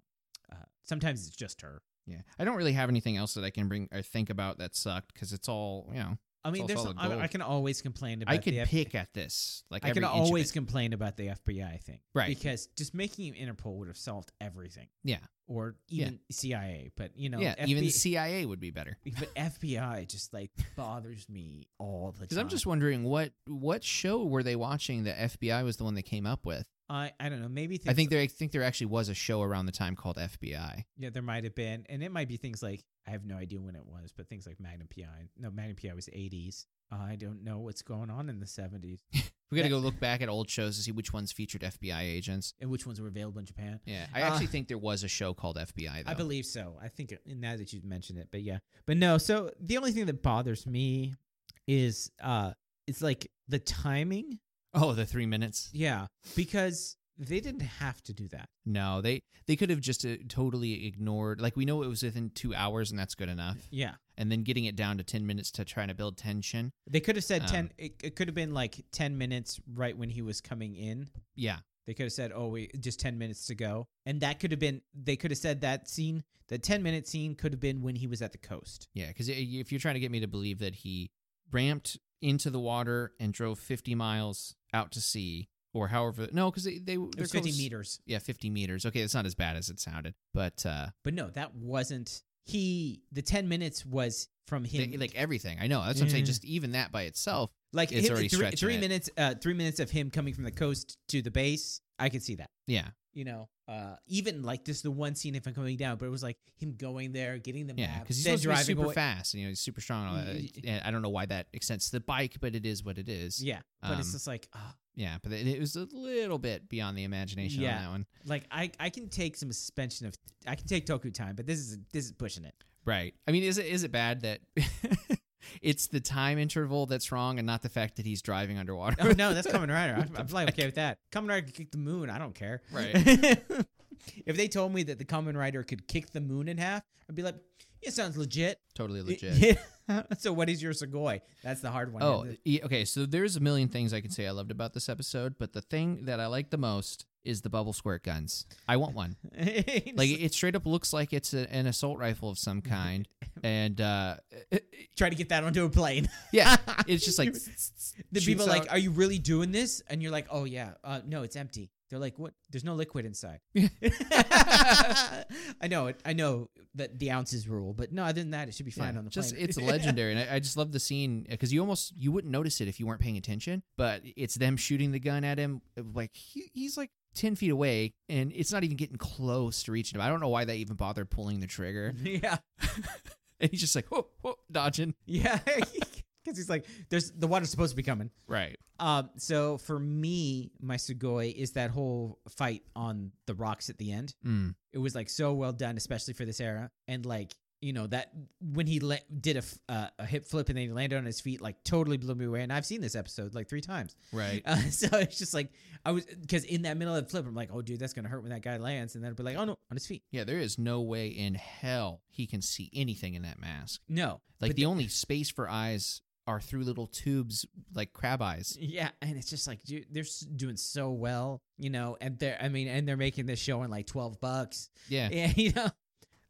uh, sometimes it's just her.
Yeah, I don't really have anything else that I can bring or think about that sucked because it's all you know.
I mean,
all
there's
solid
I, I
gold.
can always complain about.
I
the
could
F-
pick at this. Like
I can
every inch of
always
it.
complain about the FBI thing,
Right.
Because just making him Interpol would have solved everything.
Yeah,
or
Yeah.
even CIA, but you know,
yeah.
FBI,
Even CIA would be better.
but FBI just like bothers me all the
Because
time.
I'm just wondering what what show were they watching that FBI was the one they came up with.
I I don't know. Maybe things,
I think there I think there actually was a show around the time called FBI.
yeah, there might have been, and it might be things like I have no idea when it was, but things like Magnum PI. No, Magnum PI was 80s. I don't know what's going on in the 70s
We got to
Yeah.
go look back at old shows to see which ones featured FBI agents.
and which ones were available in Japan.
Yeah, I
Uh,
actually think there was a show called FBI. Though.
I believe so. I think it- now that you've mentioned it, but yeah, but no. So the only thing that bothers me is uh, it's like the timing.
Oh, the three minutes.
Yeah, because they didn't have to do that.
No, they they could have just uh, totally ignored. Like we know it was within two hours, and that's good enough.
Yeah.
And then getting it down to ten minutes to try to build tension.
They could have said ten.
Um,
It, it could have been like ten minutes right when he was coming in.
Yeah,
They could have said, "Oh, we just ten minutes to go," and that could have been. They could have said that scene, the ten minute scene, could have been when he was at the coast.
yeah. Because if you're trying to get me to believe that he ramped into the water and drove fifty miles out to sea, or however, no, because they they
It was fifty meters,
Yeah, fifty meters. Okay, it's not as bad as it sounded, but uh,
but no, that wasn't he the 10 minutes was from him
They- like everything. I know. That's what I'm saying.
Yeah.
Just even that by itself.
like
it's
him-
already
three,
stretching
three
it.
minutes uh 3 minutes of him coming from the coast to the base I could see that
Yeah.
you know uh even like this the one scene if I'm coming down but it was like him going there getting the
Yeah.
map
Because he's
then
supposed to be
driving
super
away.
fast and, you know, he's super strong. And all
Y-
that. uh, And I don't know why that extends to the bike, but it is what it is.
yeah but it's
Um,
just like uh,
Yeah, but it it was a little bit beyond the imagination
Yeah.
on that one.
like I I can take some suspension of I can take Toku time but this is this is pushing it
Right. I mean, is it is it bad that it's the time interval that's wrong and not the fact that he's driving underwater?
Oh no, that's Kamen Rider. I'm, I'm like okay with that. Kamen Rider could kick the moon. I don't care.
Right.
if they told me that the Kamen Rider could kick the moon in half, I'd be like, it sounds legit.
totally
It-
legit.
so what is your Sugoi? That's the hard one.
Oh, e- okay. So there's a million things I could say I loved about this episode, but the thing that I like the most is the bubble squirt guns. I want one. Like
like
it straight up looks like it's a, an assault rifle of some kind, and uh,
try to get that onto a plane.
yeah, it's just like
the
shoots
people are like,
out.
are you really doing this? And you're like, oh yeah, uh, no, it's empty. They're like, what? There's no liquid inside. I know it. I know that the ounces rule, but no, other than that, it should be fine
Yeah,
on the
just
plane.
it's legendary, and I, I just love the scene because you almost you wouldn't notice it if you weren't paying attention. But it's them shooting the gun at him, like he, he's like ten feet away, and it's not even getting close to reaching him. I don't know why they even bothered pulling the trigger,
yeah. Mm.
and he's just like whoa, whoa, dodging.
Yeah, because he's like, there's the water's supposed to be coming.
Right.
Um, so for me, my sugoi is that whole fight on the rocks at the end.
Mm.
It was like so well done, especially for this era. And like, you know, that when he le- did a, f- uh, a hip flip and then he landed on his feet, like totally blew me away. And I've seen this episode like three times.
Right.
Uh, so it's just like, I was, because in that middle of the flip, I'm like, oh, dude, that's going to hurt when that guy lands. And then I'd be like, oh, no, on his feet.
Yeah. There is no way in hell he can see anything in that mask.
No.
Like
But
the only space for eyes are through little tubes, like crab eyes.
Yeah, and it's just like dude, they're s- doing so well, you know, and they're I mean, and they're making this show in like twelve bucks,
Yeah.
yeah, you know.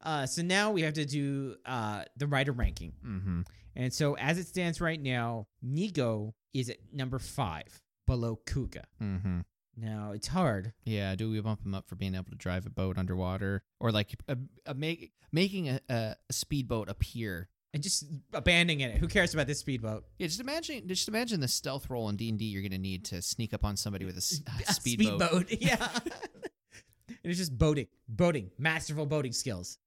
Uh, so now we have to do uh the writer ranking,
Mm-hmm.
and so as it stands right now, Nigo is at number five, below Kuga.
Mm-hmm.
Now it's hard.
Yeah, do we bump him up for being able to drive a boat underwater, or like a, a make, making a, a speedboat appear?
And just abandoning it. Who cares about this speedboat?
Yeah, just imagine, just imagine the stealth roll in D and D you're gonna need to sneak up on somebody with a, s- a
A speedboat.
speedboat.
Yeah. and it's just boating, boating, masterful boating skills.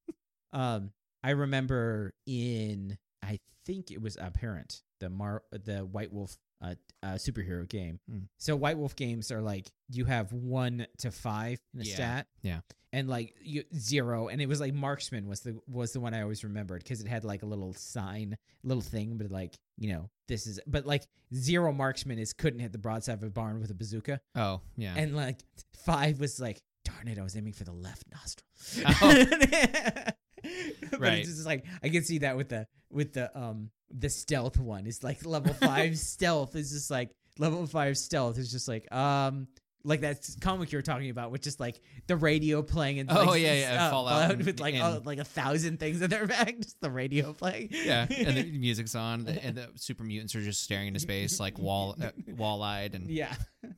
Um, I remember in I think it was Apparent, the Mar, the White Wolf uh, uh superhero game.
Mm.
So White Wolf games are like you have one to five in a
Yeah,
stat.
yeah.
And like you, zero, and it was like marksman was the was the one I always remembered because it had like a little sign, little thing, but like you know this is, but like zero marksman is couldn't hit the broadside of a barn with a bazooka.
Oh, yeah,
And like five was like, darn it, I was aiming for the left nostril.
Oh.
but
Right.
it's just like I can see that with the with the um the stealth one. It's like level five stealth is just like level five stealth is just like um like that comic you were talking about with just like the radio playing and
Oh,
like,
yeah, yeah,
uh,
Fallout and-
with like
and-
oh, like a thousand things in their back, just the radio playing.
yeah. And the music's on, the, and the super mutants are just staring into space, like wall, uh, wall-eyed, and
Yeah.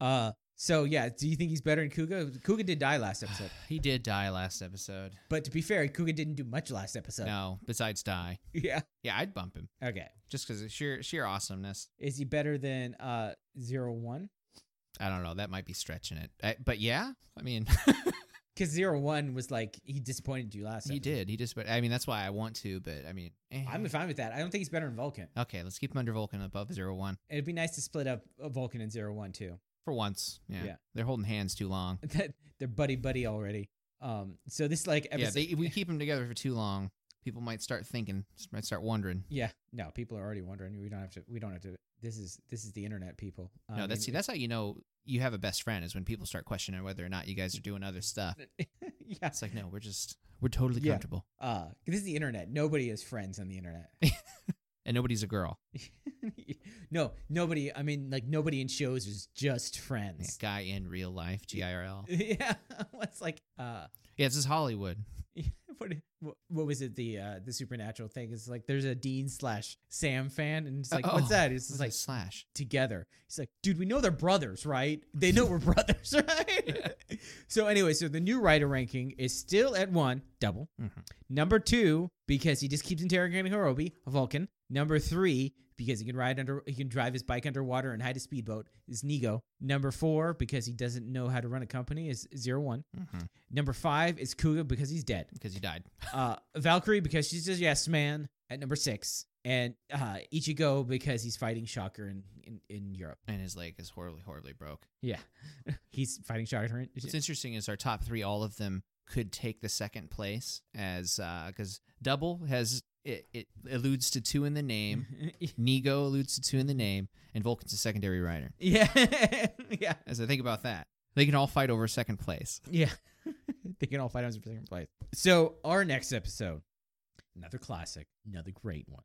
Uh so yeah, do you think he's better than Kuga? Kuga did die last episode.
he did die last episode.
But to be fair, Kuga didn't do much last episode.
No, besides die,
Yeah.
yeah, I'd bump him
Okay.
just because sheer sheer awesomeness.
Is he better than uh zero one?
I don't know, that might be stretching it, I, but yeah, I mean.
Because zero one was like he disappointed you last.
He
episode.
did. He just. But I mean, that's why I want to. But I mean, eh.
I'm fine with that. I don't think he's better than Vulcan.
okay. Let's keep him under Vulcan above zero one
It'd be nice to split up uh, Vulcan and zero one too.
for once. Yeah.
Yeah.
they're holding hands too long.
That they're buddy buddy already. Um. So this like
Yeah,
episode.
they, if we keep them together for too long, people might start thinking, might start wondering.
Yeah, No, people are already wondering. We don't have to. We don't have to. This is this is the internet, people. I
no, that's see,
mean,
that's how you know you have a best friend is when people start questioning whether or not you guys are doing other stuff.
yeah.
It's like, no, we're just we're totally
Yeah.
comfortable,
Uh, this is the internet. Nobody is friends on the internet.
and nobody's a girl.
no, nobody. I mean, like nobody in shows is just
Yeah,
friends.
guy in real life, G I R L.
Yeah, what's like, uh,
Yeah, this is Hollywood.
what, what what was it? The uh the supernatural thing is like there's a Dean slash Sam fan, and it's like,
Oh,
what's that? It's
This is
like
like slash.
together. He's like, dude, we know they're brothers, right? They know we're brothers, right? So anyway, so the new writer ranking is still at one, double.
Mhm.
Number two, because he just keeps interrogating Hirobi, a Vulcan. Number three, because he can ride under he can drive his bike underwater and hide a speedboat, is Nego. Number four, because he doesn't know how to run a company, is zero one.
Mhm.
Number five is Kuga because he's dead.
Because he died.
Uh, Valkyrie because she's just yes man at number six. And uh, Ichigo because he's fighting Shocker in, in, in Europe.
And his leg is horribly, horribly broke.
Yeah. He's fighting Shocker. in-
What's interesting is our top three, all of them could take the second place as because double has it, it alludes to two in the name.
Mm-hmm.
Nego alludes to two in the name, and Vulcan's a secondary writer.
yeah. yeah.
As I think about that, they can all fight over second place.
Yeah. they can all fight on second place. So our next episode, another classic, another great one.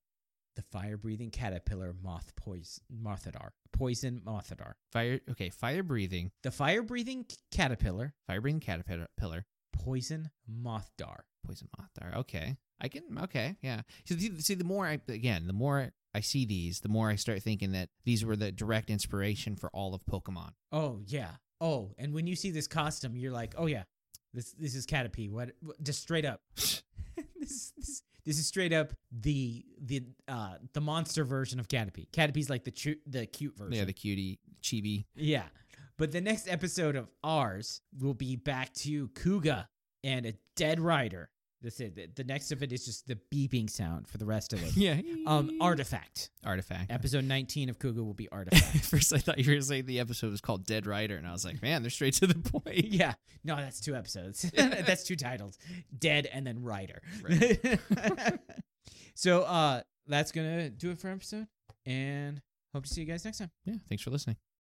The fire breathing caterpillar moth poison mothadar. Poison mothadar.
Fire, okay, fire breathing,
The fire breathing caterpillar,
fire breathing caterpillar,
poison mothdar.
poison moth. Are, okay, I can. Okay, yeah. So the, see, the more I again, the more I see these, the more I start thinking that these were the direct inspiration for all of Pokemon.
Oh yeah. Oh, and when you see this costume, you're like, oh yeah, this this is Caterpie. What? what just straight up. this, this this is straight up the the uh the monster version of Caterpie. Caterpie's like the chu- the cute version.
Yeah, the cutie chibi.
yeah. But the next episode of ours will be back to Kuga and a dead rider. That's it. The- The next of it is just the beeping sound for the rest of it.
Yeah.
um, artifact.
artifact.
Episode 19 of Kuga will be artifact.
At first, I thought you were going to say the episode was called Dead Rider, and I was like, man, they're straight to the point.
Yeah. No, that's two episodes. that's two titles. Dead and then Rider. so uh that's gonna do it for our episode. And hope to see you guys next time.
Yeah. Thanks for listening.